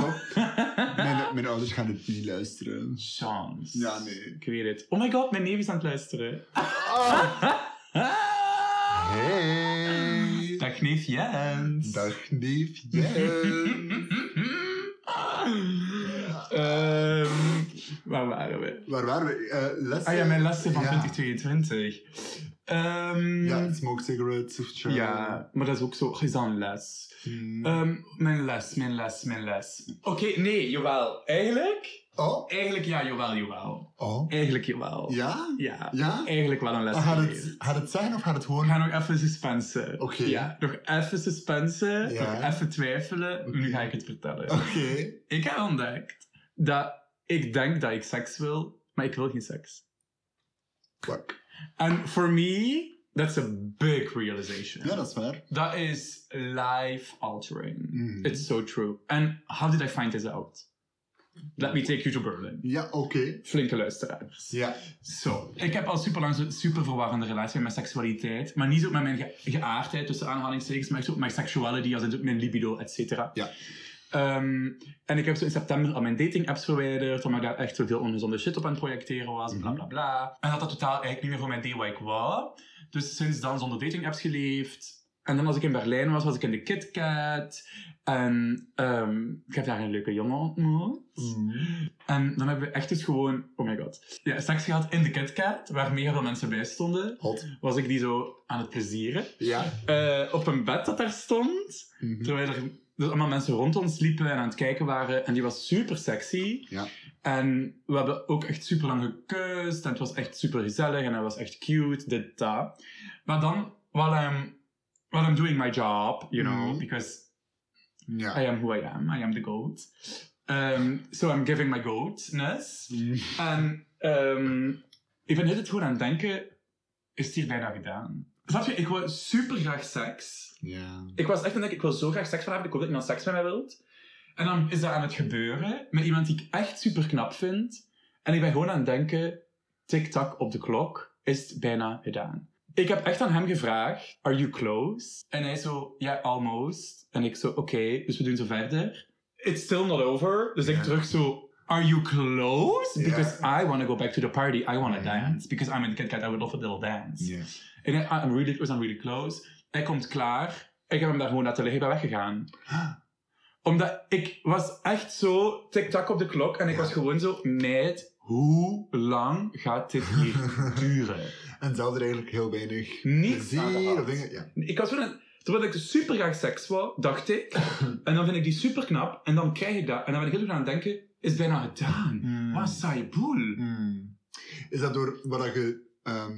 Speaker 2: Mijn, mijn ouders gaan het niet luisteren.
Speaker 1: Chance.
Speaker 2: Ja, nee.
Speaker 1: Ik weet het. Oh my god, mijn neef is aan het luisteren.
Speaker 2: Ah. Hey.
Speaker 1: Dag neef Jens.
Speaker 2: Dag neef Jen.
Speaker 1: Ehm, waar waren we?
Speaker 2: Waar waren we? Eh, lessen?
Speaker 1: Ah ja, mijn lessen van
Speaker 2: Ja.
Speaker 1: 2022. Ehm,
Speaker 2: Ja, smoke cigarettes of chill.
Speaker 1: ja, maar dat is ook zo, is dat een les?
Speaker 2: Hmm.
Speaker 1: Ehm, mijn les, mijn les, mijn les. Oké, nee, jawel. Eigenlijk?
Speaker 2: Oh,
Speaker 1: Eigenlijk ja, jawel, jawel.
Speaker 2: oh.
Speaker 1: Eigenlijk jawel.
Speaker 2: Ja?
Speaker 1: Ja,
Speaker 2: Ja?
Speaker 1: eigenlijk wel een les.
Speaker 2: Ah, Gaat het,
Speaker 1: geleerd.
Speaker 2: gaat het zijn of gaat het
Speaker 1: We
Speaker 2: gewoon...
Speaker 1: gaan nog even suspensen.
Speaker 2: Oké.
Speaker 1: Ja, nog even suspensen,
Speaker 2: Ja.
Speaker 1: nog even twijfelen.
Speaker 2: Oké.
Speaker 1: Nu ga ik het vertellen.
Speaker 2: Oké.
Speaker 1: Ik heb ontdekt dat ik denk dat ik seks wil, maar ik wil geen seks.
Speaker 2: Fuck.
Speaker 1: En for me, that's a big realization.
Speaker 2: Ja, dat is waar.
Speaker 1: That is life altering.
Speaker 2: Mhm.
Speaker 1: It's so true. And how did I find this out? Let me take you to Berlin.
Speaker 2: Ja, oké.
Speaker 1: Flinke luisteraars.
Speaker 2: Ja.
Speaker 1: Zo, ik heb al super lang zo'n super verwarrende relatie met mijn seksualiteit. Maar niet zo met mijn ge- geaardheid, tussen aanhalingstekens, maar echt zo met mijn sexuality, als in zo mijn libido, et cetera.
Speaker 2: Ja.
Speaker 1: Ehm, en ik heb zo in september al mijn dating apps verwijderd, omdat ik daar echt zoveel ongezonde shit op aan het projecteren was, bla bla bla. En dat dat totaal eigenlijk niet meer voor mij deed wat ik wou. Dus sinds dan zonder dating apps geleefd. En dan als ik in Berlijn was, was ik in de KitKat. En ehm, ik heb daar een leuke jongen ontmoet.
Speaker 2: Mhm. Hmm.
Speaker 1: En dan hebben we echt dus gewoon, oh my god, ja, seks gehad in de KitKat, waar mega veel mensen bij stonden.
Speaker 2: Hot.
Speaker 1: Was ik die zo aan het plezieren.
Speaker 2: Ja.
Speaker 1: Eh, op een bed dat daar stond,
Speaker 2: Mhm.
Speaker 1: terwijl er dus allemaal mensen rond ons liepen en aan het kijken waren. En die was super sexy.
Speaker 2: Ja.
Speaker 1: En we hebben ook echt super lang gekust. En het was echt super gezellig en hij was echt cute, dit, dat. Maar dan, while I'm, while I'm doing my job, you know,
Speaker 2: Mhm.
Speaker 1: because
Speaker 2: Ja.
Speaker 1: I am who I am. I am the goat. Um, so I'm giving my goatness.
Speaker 2: Hmm.
Speaker 1: En ehm, ik ben het gewoon aan het denken, is het hier bijna gedaan? Snap je, ik wou super graag seks.
Speaker 2: Ja.
Speaker 1: Ik was echt aan het denken, ik wil zo graag seks vanavond, ik hoop dat iemand seks met mij wilt. En dan is dat aan het gebeuren met iemand die ik echt super knap vind. En ik ben gewoon aan het denken, tik-tak op de klok, is het bijna gedaan. Ik heb echt aan hem gevraagd, are you close? En hij zo, ja, almost. En ik zo, oké, dus we doen zo verder. It's still not over. Dus ik
Speaker 2: Ja.
Speaker 1: terug zo, are you close?
Speaker 2: Ja.
Speaker 1: Because I want to go back to the party, I want to
Speaker 2: Mhm.
Speaker 1: dance. Because I'm in the cat I would love a little dance.
Speaker 2: Ja.
Speaker 1: En hij, ah, I'm really, we zijn really close. Hij komt klaar. Ik heb hem daar gewoon laten liggen. Ik ben weggegaan.
Speaker 2: Ah.
Speaker 1: Oké, Omdat ik was echt zo tik-tak op de klok en ik
Speaker 2: Ja.
Speaker 1: was gewoon zo, meid, hoe lang gaat dit hier duren?
Speaker 2: En ze hadden eigenlijk heel weinig
Speaker 1: Niet
Speaker 2: plezier of dingen. Ja.
Speaker 1: Ik was wel een, terwijl ik super graag seks wou, dacht ik. en dan vind ik die super knap. En dan krijg ik dat. En dan ben ik heel erg aan het denken, is bijna gedaan.
Speaker 2: Mm.
Speaker 1: Wat een saaie boel.
Speaker 2: Hmm. Is dat door wat dat je. ehm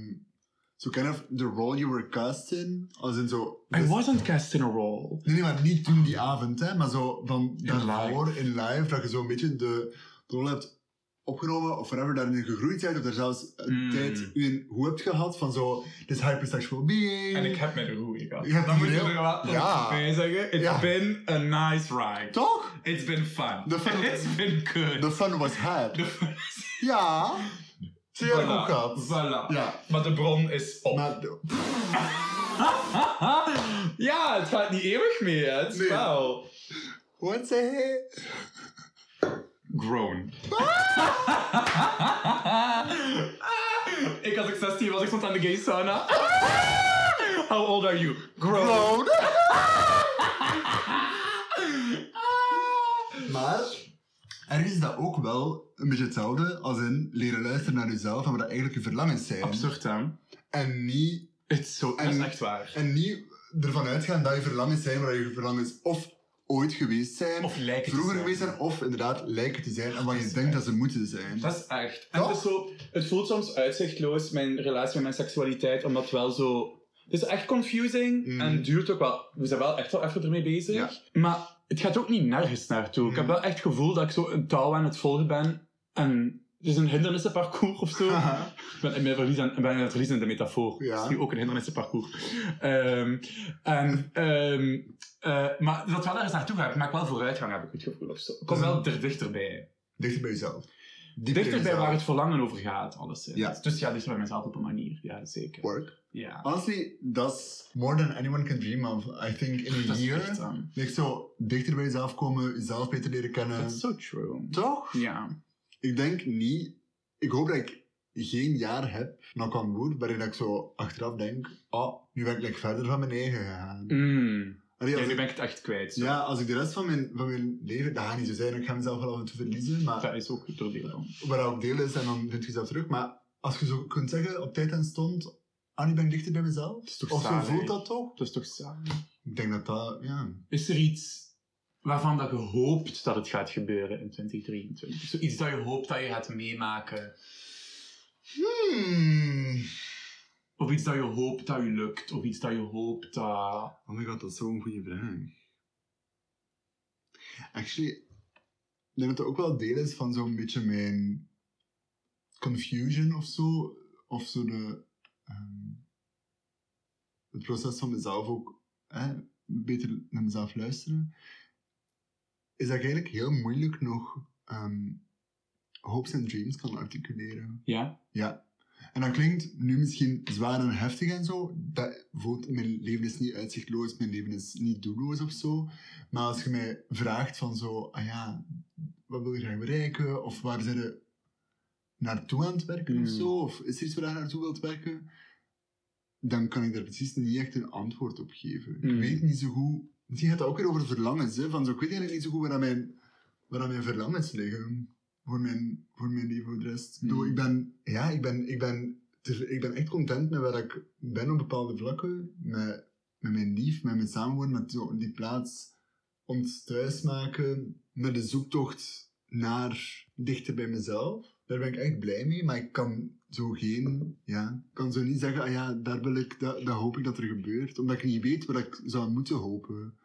Speaker 2: zo kind of the role you were cast in? Als in zo.
Speaker 1: I
Speaker 2: dus-
Speaker 1: wasn't cast in a role.
Speaker 2: Nee, nee, maar niet toen die avond, hè, maar zo van
Speaker 1: In
Speaker 2: daarvoor in live, dat je zo een beetje de, de rol hebt opgenomen of whatever, daarin gegroeid bent, of daar zelfs een
Speaker 1: Mm.
Speaker 2: tijd in hoe hebt gehad van zo, dit hypersexual being.
Speaker 1: heb met een goeie gehad.
Speaker 2: Ja,
Speaker 1: dan moet je
Speaker 2: heel-
Speaker 1: er wel
Speaker 2: ja.
Speaker 1: bij zeggen. It's
Speaker 2: Ja.
Speaker 1: been a nice ride.
Speaker 2: Toch?
Speaker 1: It's been fun.
Speaker 2: De fun-
Speaker 1: It's been good.
Speaker 2: The fun was had.
Speaker 1: De fun-
Speaker 2: Ja. Zie je dat ook
Speaker 1: Voilà.
Speaker 2: gehad?
Speaker 1: Voilà.
Speaker 2: Ja.
Speaker 1: Maar de bron is op.
Speaker 2: Maar de-
Speaker 1: ja, het gaat niet eeuwig mee. hè. Het is
Speaker 2: Nee.
Speaker 1: wel...
Speaker 2: wat zei hij?
Speaker 1: Grown. Ah! ik was ik 16 was, ik stond aan de gay sauna. How old are you? Grown.
Speaker 2: Gewoon.
Speaker 1: Ah.
Speaker 2: Maar er is dat ook wel een beetje hetzelfde als in leren luisteren naar jezelf en wat dat eigenlijk je verlangens zijn.
Speaker 1: Absurd, hè?
Speaker 2: En niet,
Speaker 1: Het is zo, dat is
Speaker 2: En-
Speaker 1: echt waar.
Speaker 2: en niet ervan uitgaan dat je verlangens zijn waar je verlangens of ooit geweest zijn,
Speaker 1: Of lijken te
Speaker 2: vroeger
Speaker 1: zijn.
Speaker 2: geweest zijn, of inderdaad lijken te zijn en wat
Speaker 1: Dat
Speaker 2: je
Speaker 1: is
Speaker 2: denkt
Speaker 1: waar.
Speaker 2: dat ze moeten zijn.
Speaker 1: Dat is echt. En
Speaker 2: Toch?
Speaker 1: het, is zo, het voelt soms uitzichtloos, mijn relatie met mijn seksualiteit, omdat wel zo... Het is echt confusing
Speaker 2: Mhm.
Speaker 1: en duurt ook wel... We zijn wel echt wel even ermee bezig.
Speaker 2: Ja.
Speaker 1: Maar het gaat ook niet nergens naartoe. Ik heb
Speaker 2: Mhm.
Speaker 1: wel echt het gevoel dat ik zo een touw aan het volgen ben en... Het is een hindernissenparcours of zo.
Speaker 2: Haha.
Speaker 1: Ik ben, ik ben, verlies aan, ik ben aan het verliezen in de metafoor.
Speaker 2: Ja.
Speaker 1: Dat is nu ook een hindernissenparcours. Ehm, en, ehm, eh, maar dat wel ergens naartoe gaat, maar ik wel vooruitgang heb ik het gevoel of zo. Ik kom
Speaker 2: Mm.
Speaker 1: wel er dichterbij.
Speaker 2: Dichter bij jezelf. Dieper in
Speaker 1: Dichterbij
Speaker 2: jezelf.
Speaker 1: waar het verlangen over gaat, alles. hè.
Speaker 2: Ja.
Speaker 1: Dus ja, dichter bij mezelf op een manier. Ja, zeker.
Speaker 2: Work.
Speaker 1: Ja.
Speaker 2: Honestly, that's more than anyone can dream of. I think in a
Speaker 1: Dat is
Speaker 2: year.
Speaker 1: echt, ehm,
Speaker 2: Echt zo dichter bij jezelf komen, jezelf beter leren kennen.
Speaker 1: That's so true.
Speaker 2: Toch?
Speaker 1: Ja.
Speaker 2: Ik denk niet. Ik hoop dat ik geen jaar heb na Cambuur waarin ik zo achteraf denk: oh, nu ben ik like, verder van mijn eigen gegaan.
Speaker 1: Mm.
Speaker 2: Allee,
Speaker 1: Ja,
Speaker 2: als
Speaker 1: nu
Speaker 2: ik-
Speaker 1: ben ik het echt kwijt. zo.
Speaker 2: ja, als ik de rest van mijn, van mijn leven, dat gaat niet zo zijn, ik ga mezelf wel af en toe verliezen, maar
Speaker 1: Dat is ook het oordeel van.
Speaker 2: waar ook deel is en dan vind je jezelf terug. Maar als je zo kunt zeggen op tijd en stond: ah, nu ben ik dichter bij mezelf.
Speaker 1: Dat is toch
Speaker 2: Of zo
Speaker 1: saai.
Speaker 2: voelt dat toch?
Speaker 1: Dat is toch saai.
Speaker 2: Ik denk dat dat, ja.
Speaker 1: Is er iets waarvan dat je hoopt dat het gaat gebeuren in 2023? Zoiets dat je hoopt dat je gaat meemaken?
Speaker 2: Hmm.
Speaker 1: Of iets dat je hoopt dat je lukt? Of iets dat je hoopt dat...
Speaker 2: Oh my god, dat is zo'n goede vraag. Actually, ik denk dat dat ook wel deel is van zo'n beetje mijn confusion of zo. Of zo de, ehm, het proces van mezelf ook hè, beter naar mezelf luisteren. Is dat ik eigenlijk heel moeilijk nog ehm, hopes en dreams kan articuleren.
Speaker 1: Ja?
Speaker 2: Ja. En dat klinkt nu misschien zwaar en heftig en zo. Dat, bijvoorbeeld, mijn leven is niet uitzichtloos, mijn leven is niet doelloos of zo. Maar als je mij vraagt van zo, ah ja, wat wil je graag bereiken? Of waar zijn je naartoe aan het werken of
Speaker 1: Mm.
Speaker 2: zo? Of is er iets waar je naartoe wilt werken? Dan kan ik daar precies niet echt een antwoord op geven. Ik
Speaker 1: Mm.
Speaker 2: weet niet zo goed... Misschien gaat het ook weer over verlangens, hè. Van zo, ik weet eigenlijk niet zo goed waar dat mijn, waar dat mijn verlangens liggen voor mijn, voor mijn leven, voor de rest. Ik bedoel,
Speaker 1: Mm.
Speaker 2: ik ben, ja, ik ben, ik ben, te- ik ben echt content met waar ik ben op bepaalde vlakken. Met, met mijn lief, met mijn samenwonen, met zo die plaats ons thuis maken. Met de zoektocht naar dichter bij mezelf. Daar ben ik echt blij mee, maar ik kan zo geen, ja, ik kan zo niet zeggen, ah ja, daar wil ik, dat, dat hoop ik dat er gebeurt. Omdat ik niet weet wat ik zou moeten hopen.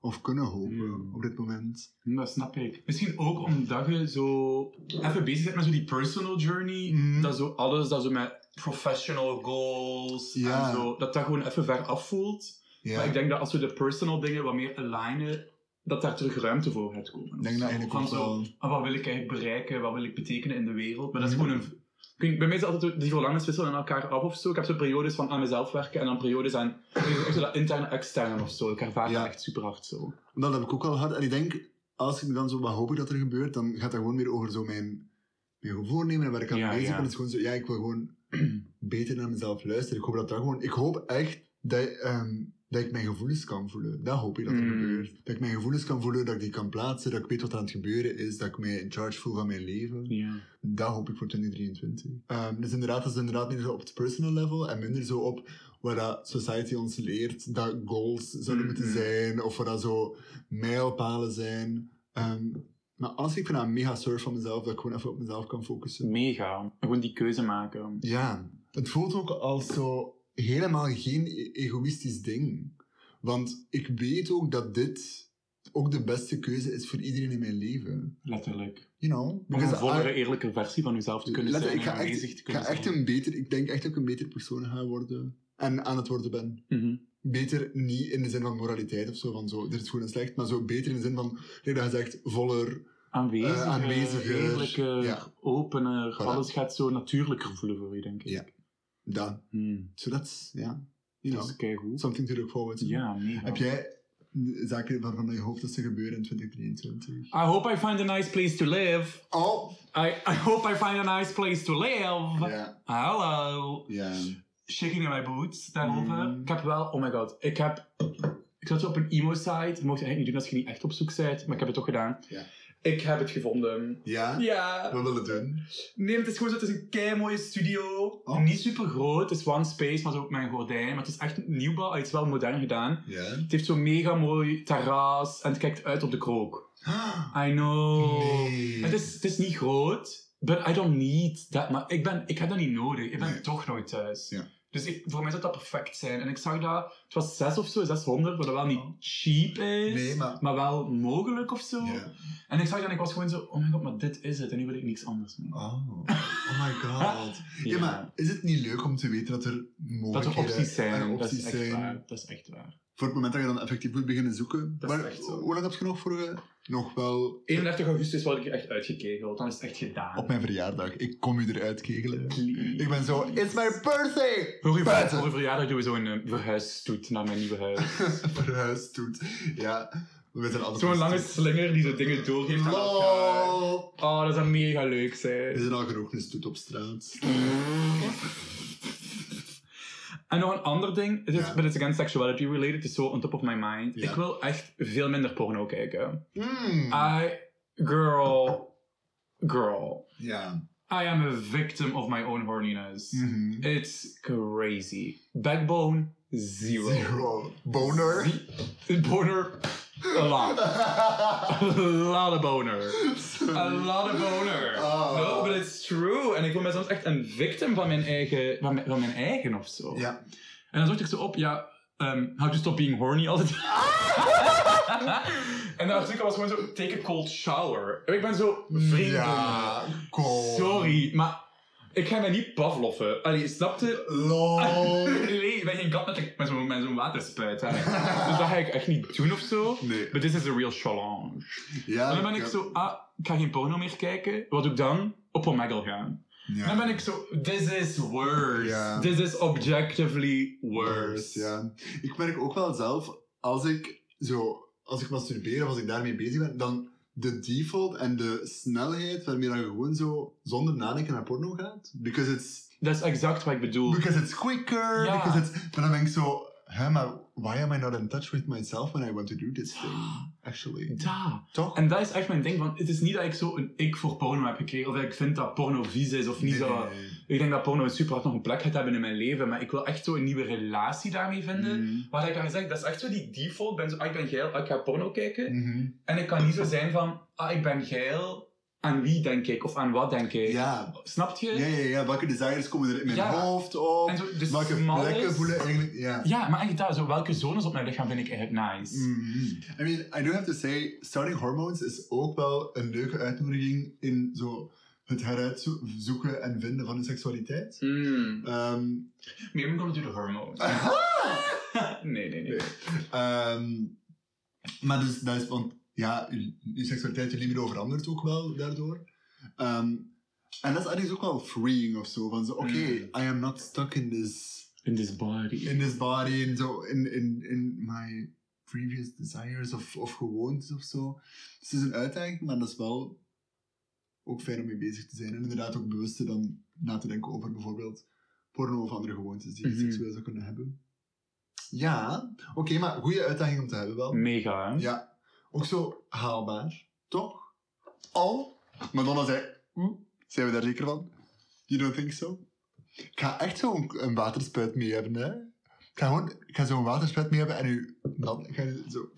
Speaker 2: Of kunnen hopen
Speaker 1: Mm.
Speaker 2: op dit moment.
Speaker 1: Hm, Dat snap ik. Misschien ook omdat je zo even bezig bent met zo die personal journey.
Speaker 2: Mhm.
Speaker 1: Dat zo alles, dat zo met professional goals
Speaker 2: Ja.
Speaker 1: en zo. Dat dat gewoon even ver afvoelt.
Speaker 2: Ja.
Speaker 1: Maar ik denk dat als we de personal dingen wat meer alignen, dat daar terug ruimte voor gaat komen.
Speaker 2: Ik denk dat
Speaker 1: Zo,
Speaker 2: eigenlijk
Speaker 1: van
Speaker 2: ook
Speaker 1: zo,
Speaker 2: wel...
Speaker 1: Ah, wat wil ik eigenlijk bereiken, wat wil ik betekenen in de wereld. Maar dat is
Speaker 2: Mhm.
Speaker 1: gewoon een. ik weet niet, Bij mij is het altijd die verlangens wisselen aan elkaar af of zo. Ik heb zo periodes van aan mezelf werken en dan periodes aan echt zo dat interne externe of zo. Ik ervaar
Speaker 2: Ja.
Speaker 1: dat echt super hard zo.
Speaker 2: Dat heb ik ook al gehad. En ik denk, als ik dan zo wat hoop ik dat er gebeurt, dan gaat dat gewoon weer over zo mijn, mijn goed voornemen en waar ik aan
Speaker 1: Ja,
Speaker 2: bezig
Speaker 1: ja.
Speaker 2: ben. Het is gewoon zo, ja, ik wil gewoon beter naar mezelf luisteren. Ik hoop dat dat gewoon... Ik hoop echt dat, ehm, dat ik mijn gevoelens kan voelen. Dat hoop ik dat er
Speaker 1: Mm.
Speaker 2: gebeurt. Dat ik mijn gevoelens kan voelen, dat ik die kan plaatsen, dat ik weet wat er aan het gebeuren is, dat ik mij in charge voel van mijn leven.
Speaker 1: Ja.
Speaker 2: Dat hoop ik voor 2023. Ehm, dus inderdaad, dat is inderdaad meer zo op het personal level en minder zo op waar dat society ons leert dat goals zouden moeten
Speaker 1: Mhm.
Speaker 2: zijn of waar dat zo mijlpalen zijn. Ehm, maar anders, ik vind dat een mega surf van mezelf, dat ik gewoon even op mezelf kan focussen.
Speaker 1: Mega. Gewoon die keuze maken.
Speaker 2: Ja, het voelt ook als zo helemaal geen e- egoïstisch ding. Want ik weet ook dat dit ook de beste keuze is voor iedereen in mijn leven.
Speaker 1: Letterlijk.
Speaker 2: You know?
Speaker 1: Om een
Speaker 2: Because I-
Speaker 1: vollere, eerlijke versie van jezelf te kunnen
Speaker 2: Letter-
Speaker 1: zijn.
Speaker 2: ik ga
Speaker 1: en
Speaker 2: echt,
Speaker 1: aanwezig te
Speaker 2: ik
Speaker 1: kunnen
Speaker 2: ga echt
Speaker 1: zijn.
Speaker 2: een beter, ik denk echt dat ik een beter persoon ga worden. En aan het worden ben.
Speaker 1: Mhm.
Speaker 2: Beter niet in de zin van moraliteit of zo, van zo, dit is goed en slecht, maar zo beter in de zin van, nee, dat je zegt, voller.
Speaker 1: Aanweziger,
Speaker 2: Eh, aanweziger,
Speaker 1: eerlijker,
Speaker 2: ja.
Speaker 1: opener.
Speaker 2: Voilà.
Speaker 1: Alles gaat zo natuurlijker voelen voor je, denk ik.
Speaker 2: Ja. Dat.
Speaker 1: Hmm.
Speaker 2: So that's, ja. You
Speaker 1: Dat is
Speaker 2: know,
Speaker 1: keigoed.
Speaker 2: something to look forward to.
Speaker 1: Ja, mega.
Speaker 2: Heb jij zaken waarvan je hoopt dat ze gebeuren in 2023?
Speaker 1: I hope I find a nice place to live.
Speaker 2: Oh!
Speaker 1: I, I hope I find a nice place to live.
Speaker 2: Ja.
Speaker 1: Hallo.
Speaker 2: Ja.
Speaker 1: Shaking in my boots, daarover.
Speaker 2: Mm.
Speaker 1: Ik heb wel, oh my god, ik heb... Ik zat zo op een emo-site. Je mocht je eigenlijk niet doen als je niet echt op zoek bent, maar ik heb het toch gedaan.
Speaker 2: Ja.
Speaker 1: Ik heb het gevonden.
Speaker 2: Ja?
Speaker 1: Ja.
Speaker 2: We willen het doen.
Speaker 1: Nee, het is gewoon zo, het is een kei mooie studio.
Speaker 2: Oh.
Speaker 1: Niet super groot, het is one space, maar zo ook mijn gordijn. Maar het is echt nieuwbouw, het is wel modern gedaan.
Speaker 2: Ja.
Speaker 1: Het heeft zo'n mega mooi terras en het kijkt uit op de krook. I know.
Speaker 2: Nee.
Speaker 1: Oh. Het, is, het is niet groot, but I don't need that. Maar ik, ben, ik heb dat niet nodig, ik ben
Speaker 2: Nee.
Speaker 1: toch nooit thuis.
Speaker 2: Ja.
Speaker 1: Dus ik, voor mij zou dat perfect zijn. En ik zag dat, het was 6 of zo, 600, wat wel niet
Speaker 2: Oh.
Speaker 1: cheap is,
Speaker 2: Nee, maar-
Speaker 1: wel mogelijk of zo.
Speaker 2: Ja.
Speaker 1: En ik zag dat en ik was gewoon zo, oh my god, maar dit is het en nu wil ik niks anders meer.
Speaker 2: Oh. Oh my god. Ja, maar is het niet leuk om te weten dat er
Speaker 1: Dat er
Speaker 2: mogelijkheden
Speaker 1: opties zijn.
Speaker 2: en
Speaker 1: dat,
Speaker 2: eh, opties
Speaker 1: is echt
Speaker 2: zijn?
Speaker 1: Waar. dat is echt waar.
Speaker 2: Voor het moment dat je dan effectief moet beginnen zoeken.
Speaker 1: Dat is
Speaker 2: maar
Speaker 1: echt zo.
Speaker 2: hoe lang heb je nog voor je? Nog wel
Speaker 1: 31 augustus word ik echt uitgekegeld. Dan is het echt gedaan.
Speaker 2: op mijn verjaardag. Ik kom u eruit kegelen.
Speaker 1: Please.
Speaker 2: Ik ben zo, it's my birthday!
Speaker 1: Voor uw,
Speaker 2: Buiten.
Speaker 1: voor uw verjaardag doen we zo'n eh, verhuisstoet naar mijn nieuwe huis. Het
Speaker 2: Verhuisstoet. Ja, we zijn altijd
Speaker 1: is Zo'n lange
Speaker 2: verhuisstoet.
Speaker 1: slinger die zo dingen doorgeeft aan elkaar.
Speaker 2: Lol.
Speaker 1: Oh, dat zou mega leuk
Speaker 2: Er
Speaker 1: zijn.
Speaker 2: zijn al genoeg een stoet op straat.
Speaker 1: En nog een ander ding, het is,
Speaker 2: Ja.
Speaker 1: but it's again sexuality related, het is zo on top of my mind.
Speaker 2: Ja.
Speaker 1: Ik wil echt veel minder porno kijken.
Speaker 2: Mm.
Speaker 1: I, girl, girl,
Speaker 2: Ja.
Speaker 1: I am a victim of my own horniness.
Speaker 2: Mhm.
Speaker 1: It's crazy. Backbone, zero.
Speaker 2: Zero. Boner.
Speaker 1: Zie- Boner, a lot. A lot of boner. A lot of boner.
Speaker 2: Oh.
Speaker 1: No, but it's true. En ik voel me soms echt een victim van mijn eigen, van mijn, van mijn eigen of zo.
Speaker 2: Ja.
Speaker 1: En dan zocht ik zo op, ja, ehm how to stop being horny altijd. en dat artikel was gewoon zo, take a cold shower. En ik ben zo, vrienden.
Speaker 2: Ja. Kom.
Speaker 1: Sorry, maar ik ga mij niet pavloffen. Allee, snapte?
Speaker 2: Lol.
Speaker 1: Nee, ik ben geen kat met, een- met zo'n met zo'n waterspuit. hè. dus dat ga ik echt niet doen of zo.
Speaker 2: Nee.
Speaker 1: But this is a real challenge.
Speaker 2: Ja.
Speaker 1: En dan ben ik zo, ah, ik ga geen porno meer kijken. Wat doe ik dan? Op Omegle gaan.
Speaker 2: Ja.
Speaker 1: Dan ben ik zo, this is worse.
Speaker 2: Ja.
Speaker 1: This is objectively
Speaker 2: Worst,
Speaker 1: worse.
Speaker 2: ja. Ik merk ook wel zelf, als ik zo, als ik masturbeer of als ik daarmee bezig ben, dan de default en de snelheid waarmee dat je gewoon zo zonder nadenken naar porno gaat. Because it's,
Speaker 1: Dat is exact wat ik bedoel.
Speaker 2: because it's quicker,
Speaker 1: Ja.
Speaker 2: because it's... Maar dan ben ik zo, hè, maar why am I not in touch with myself when I want to do this thing? Actually.
Speaker 1: Ja.
Speaker 2: Toch?
Speaker 1: En dat is echt mijn ding, want het is niet dat ik zo een ik voor porno heb gekregen, of dat ik vind dat porno vies is, of niet
Speaker 2: Nee,
Speaker 1: zo...
Speaker 2: nee, nee.
Speaker 1: Ik denk dat porno super hard nog een plek gaat hebben in mijn leven, maar ik wil echt zo een nieuwe relatie daarmee vinden.
Speaker 2: Mhm.
Speaker 1: Wat ik dan zeg, dat is echt zo die default. Ben zo, ah, ik ben geil, ah, ik ga porno kijken.
Speaker 2: Mhm.
Speaker 1: En ik kan niet zo zijn van, ah, ik ben geil. Aan wie denk ik? Of aan wat denk ik?
Speaker 2: Ja.
Speaker 1: Snap je?
Speaker 2: Ja, ja, ja. Welke desires komen er in mijn
Speaker 1: Ja.
Speaker 2: hoofd op?
Speaker 1: En zo, dus
Speaker 2: welke
Speaker 1: smalles-
Speaker 2: plekken voelen eigenlijk... Ja.
Speaker 1: Ja, maar echt daar, zo, welke zones op mijn lichaam vind ik eigenlijk nice?
Speaker 2: Mm. Mm-hmm. I mean, I do have to say, starting hormones is ook wel een leuke uitnodiging in zo het heruitzoeken en vinden van de seksualiteit.
Speaker 1: Mm.
Speaker 2: Ehm,
Speaker 1: Maybe I'm gonna do the hormones. nee, nee, nee.
Speaker 2: Ah. Nee. ehm, maar dus, dat is, want ja, je, je seksualiteit, je libido verandert ook wel daardoor. Ehm, en dat is ergens ook wel freeing of zo, van zo, oké,
Speaker 1: Mm.
Speaker 2: I am not stuck in this,
Speaker 1: In this body.
Speaker 2: in this body, in, zo, in, in, in my previous desires of, of gewoontes of zo. Dus het is een uitdaging, maar dat is wel ook fijn om mee bezig te zijn. En inderdaad ook bewust te dan na te denken over bijvoorbeeld porno of andere gewoontes die je
Speaker 1: Mhm.
Speaker 2: seksueel zou kunnen hebben. Ja, oké, maar goede uitdaging om te hebben
Speaker 1: Mhm.
Speaker 2: wel.
Speaker 1: Mega, hè?
Speaker 2: Ja, ook zo haalbaar, toch? Al, Madonna zei, "Oeh, zijn we daar zeker van? You don't think so? Ik ga echt zo'n een waterspuit mee hebben, hè? Ik ga gewoon ik ga zo'n waterspuit mee hebben en u dan ik ga je zo.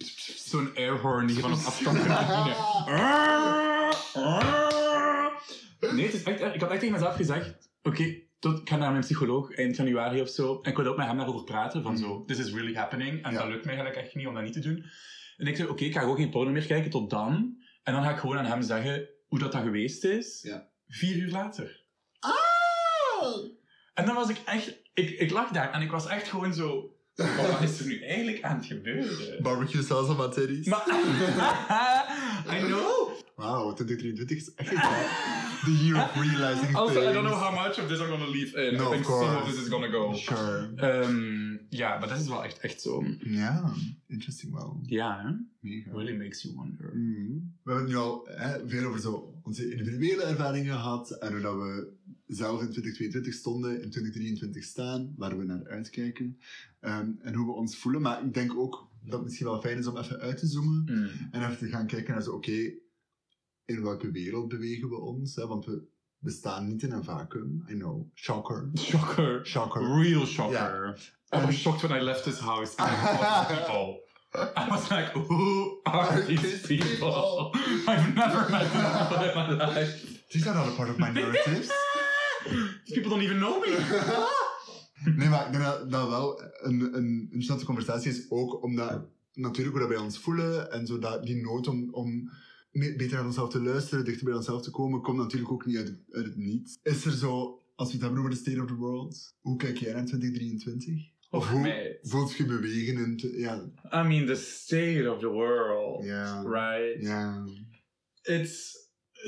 Speaker 1: Zo'n airhorn die je van een afstand kan bedienen.
Speaker 2: Ja.
Speaker 1: Ah, Nee, het is echt, ik had echt tegen mezelf gezegd, oké, tot- ik ga naar mijn psycholoog eind januari of zo, en ik wil ook met hem daarover praten, van zo, this is really happening, en
Speaker 2: Mm. Ja.
Speaker 1: dat lukt mij eigenlijk echt niet om dat niet te doen. En ik zei, oké, ik ga gewoon geen porno meer kijken tot dan, en dan ga ik gewoon aan hem zeggen hoe dat, dat geweest is,
Speaker 2: Ja.
Speaker 1: vier uur later.
Speaker 2: Ah!
Speaker 1: En dan was ik echt, ik, ik lag daar, en ik was echt gewoon zo, "Oh, wat is er nu eigenlijk aan het gebeuren?
Speaker 2: Barbecue salsa materies.
Speaker 1: Maar, I know.
Speaker 2: Wauw, 2023 is echt the year of realizing
Speaker 1: Also,
Speaker 2: things.
Speaker 1: I don't know how much of this I'm gonna leave in.
Speaker 2: No,
Speaker 1: I think
Speaker 2: of course.
Speaker 1: some of this is gonna go.
Speaker 2: Sure.
Speaker 1: Ehm, ja, maar dat is wel echt, echt zo.
Speaker 2: Ja, interesting wel.
Speaker 1: Ja, hè?
Speaker 2: Mega.
Speaker 1: really makes you wonder.
Speaker 2: Mm. We hebben het nu al hè, veel over zo onze individuele ervaringen gehad en hoe dat we zelf in 2022 stonden, in 2023 staan, waar we naar uitkijken ehm, en hoe we ons voelen. Maar ik denk ook dat het misschien wel fijn is om even uit te zoomen
Speaker 1: Mm.
Speaker 2: en even te gaan kijken naar zo, oké, in welke wereld bewegen we ons? Hè? Want we bestaan niet in een vacuüm, I know. Shocker.
Speaker 1: Shocker.
Speaker 2: Shocker.
Speaker 1: Real shocker. I
Speaker 2: En-
Speaker 1: was shocked when I left this house. And I saw these people. I was like, who are these people? I've never met these people in my life.
Speaker 2: These are not a part of my narratives.
Speaker 1: These people don't even know me.
Speaker 2: nee, maar ik denk dat dat wel een, een interessante conversatie is. Ook omdat natuurlijk hoe dat wij ons voelen en zo dat, die nood om, om me- beter naar onszelf te luisteren, dichter bij onszelf te komen, komt natuurlijk ook niet uit, uit het niets. Is er zo, als we het hebben over de state of the world, hoe kijk jij naar 2023?
Speaker 1: Of
Speaker 2: hoe
Speaker 1: mij.
Speaker 2: voelt je bewegen in... tw- Ja,
Speaker 1: Oh, I mean, the state of the world.
Speaker 2: ja,
Speaker 1: Right?
Speaker 2: ja.
Speaker 1: It's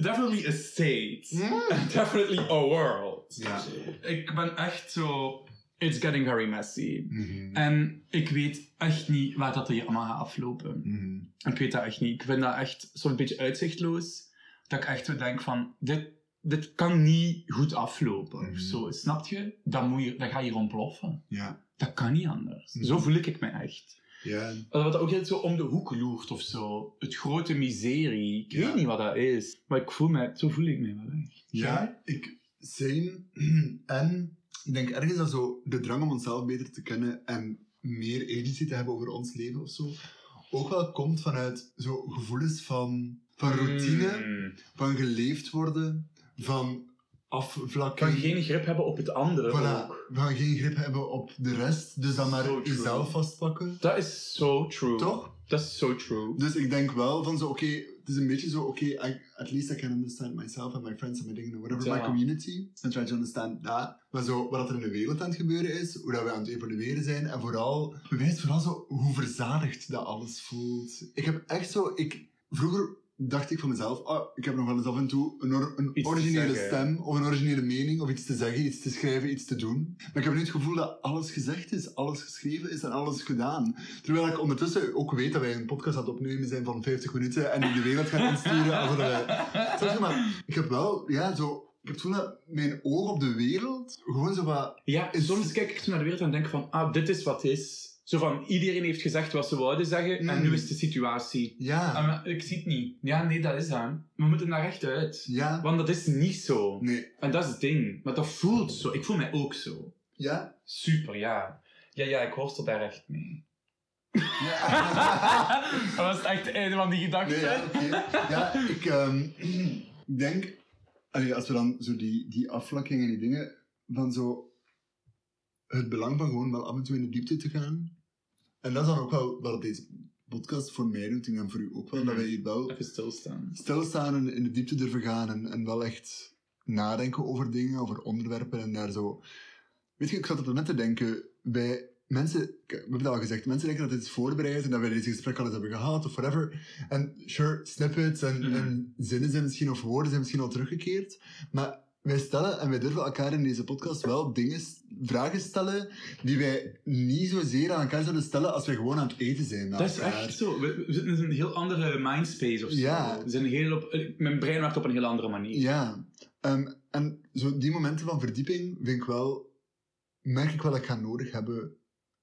Speaker 1: definitely a state.
Speaker 2: Ja.
Speaker 1: Definitely a world.
Speaker 2: Ja.
Speaker 1: Ik ben echt zo. It's getting very messy.
Speaker 2: Mhm.
Speaker 1: En ik weet echt niet waar dat hier allemaal gaat aflopen.
Speaker 2: Mhm.
Speaker 1: Ik weet dat echt niet. Ik vind dat echt zo'n beetje uitzichtloos. Dat ik echt zo denk van, dit, dit kan niet goed aflopen.
Speaker 2: Mhm.
Speaker 1: Zo, snap je? Dan, moet je? dan ga je hier ontploffen.
Speaker 2: Ja.
Speaker 1: Dat kan niet anders.
Speaker 2: Mhm.
Speaker 1: Zo voel ik het me echt.
Speaker 2: Ja.
Speaker 1: Wat dat ook altijd zo om de hoek loert of zo. Het grote miserie. Ik
Speaker 2: Ja.
Speaker 1: weet niet wat dat is. Maar ik voel me, zo voel ik me wel echt.
Speaker 2: Ja, ik zijn en ik denk ergens dat zo de drang om onszelf beter te kennen en meer agency te hebben over ons leven of zo, ook wel komt vanuit zo gevoelens van, van routine,
Speaker 1: Mm.
Speaker 2: van geleefd worden, van afvlakken.
Speaker 1: kan geen grip hebben op het andere
Speaker 2: Voilà,
Speaker 1: ook.
Speaker 2: van geen grip hebben op de rest, dus dan maar
Speaker 1: So true.
Speaker 2: jezelf vastpakken.
Speaker 1: Dat is so true.
Speaker 2: Toch?
Speaker 1: Dat is so true.
Speaker 2: Dus ik denk wel van zo, oké, het is een beetje zo, oké, I- at least I can understand myself and my friends and my dingen, and whatever,
Speaker 1: Ja.
Speaker 2: my community. And try to understand that. Maar zo, wat er in de wereld aan het gebeuren is, hoe dat wij aan het evolueren zijn en vooral, bewijst vooral zo hoe verzadigd dat alles voelt. Ik heb echt zo, ik, vroeger dacht ik van mezelf, ah, ik heb nog wel eens af en toe een, or- een
Speaker 1: Iets te
Speaker 2: originele
Speaker 1: zeggen.
Speaker 2: stem of een originele mening of iets te zeggen, iets te schrijven, iets te doen. Maar ik heb nu het gevoel dat alles gezegd is, alles geschreven is en alles gedaan. Terwijl ik ondertussen ook weet dat wij een podcast aan het opnemen zijn van 50 minuten en in de wereld gaan insturen. alsof dat wij... Snap je, maar ik heb wel, ja, zo... Ik heb het gevoel dat mijn oog op de wereld gewoon zo wat...
Speaker 1: Ja, en soms kijk ik zo naar de wereld en denk van, ah, dit is wat is. Zo van, iedereen heeft gezegd wat ze wouden zeggen, en
Speaker 2: Mm.
Speaker 1: nu is de situatie. Ah,
Speaker 2: Ja,
Speaker 1: maar ik zie het niet. Ja, nee, dat is dat. We moeten daar echt uit.
Speaker 2: ja,
Speaker 1: Want dat is niet zo.
Speaker 2: nee,
Speaker 1: En dat is het ding. Maar dat voelt zo. Ik voel mij ook zo.
Speaker 2: ja.
Speaker 1: Super, ja. Ja, ja, ik worstel daar echt mee.
Speaker 2: ja.
Speaker 1: dat was echt het einde van die gedachte.
Speaker 2: Nee, ja, oké. ja ik ehm, denk, allee, als we dan zo die, die afvlakking en die dingen, van zo het belang van gewoon wel af en toe in de diepte te gaan. En dat is dan ook wel wat deze podcast voor mij doet, en voor u ook wel, dat wij hier wel
Speaker 1: Even stilstaan.
Speaker 2: stilstaan en in de diepte durven gaan en, en wel echt nadenken over dingen, over onderwerpen en daar zo. Weet je, ik zat er net te denken, bij mensen, ik- we hebben het al gezegd, mensen denken dat dit is voorbereid en dat wij deze gesprekken al eens hebben gehad of whatever. En sure, snippets en,
Speaker 1: Mhm.
Speaker 2: en zinnen zijn misschien of woorden zijn misschien al teruggekeerd, maar wij stellen en wij durven elkaar in deze podcast wel dingen, s- vragen stellen die wij niet zozeer aan elkaar zouden stellen als wij gewoon aan het eten zijn. met
Speaker 1: Dat is
Speaker 2: elkaar.
Speaker 1: echt zo. We, we zitten in een heel andere mindspace of zo.
Speaker 2: Ja.
Speaker 1: We zijn heel op, eh, mijn brein werkt op een heel andere manier.
Speaker 2: Ja, ehm, en zo die momenten van verdieping vind ik wel, merk ik wel dat ik ga nodig hebben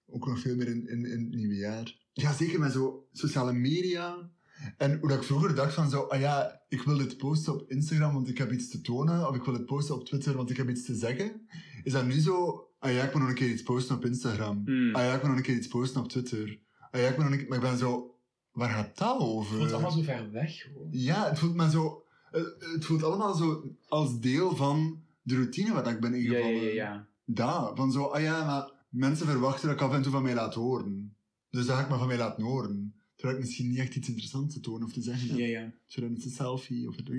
Speaker 2: Ook nog veel meer in, in, in het nieuwe jaar. Ja, zeker met zo sociale media. En hoe dat ik vroeger dacht van zo, ah ja, ik wil dit posten op Instagram, want ik heb iets te tonen. Of ik wil het posten op Twitter, want ik heb iets te zeggen. Is dat nu zo, ah ja, ik moet nog een keer iets posten op Instagram.
Speaker 1: Hmm.
Speaker 2: Ah ja, ik moet nog een keer iets posten op Twitter. Ah ja, ik moet nog een keer... Maar ik ben zo, waar gaat dat over?
Speaker 1: Het voelt allemaal zo ver weg gewoon.
Speaker 2: Ja, het voelt me zo... eh, Het voelt allemaal zo als deel van de routine waar ik ben
Speaker 1: Ja, ja, ja,
Speaker 2: ingevallen.
Speaker 1: ja.
Speaker 2: Daar, van zo, ah ja, maar mensen verwachten dat ik af en toe van mij laat horen. Dus dat ga ik me van mij laten horen. Terwijl ik misschien niet echt iets interessants te tonen of te zeggen heb.
Speaker 1: ja, ja.
Speaker 2: Zodat het een selfie of het...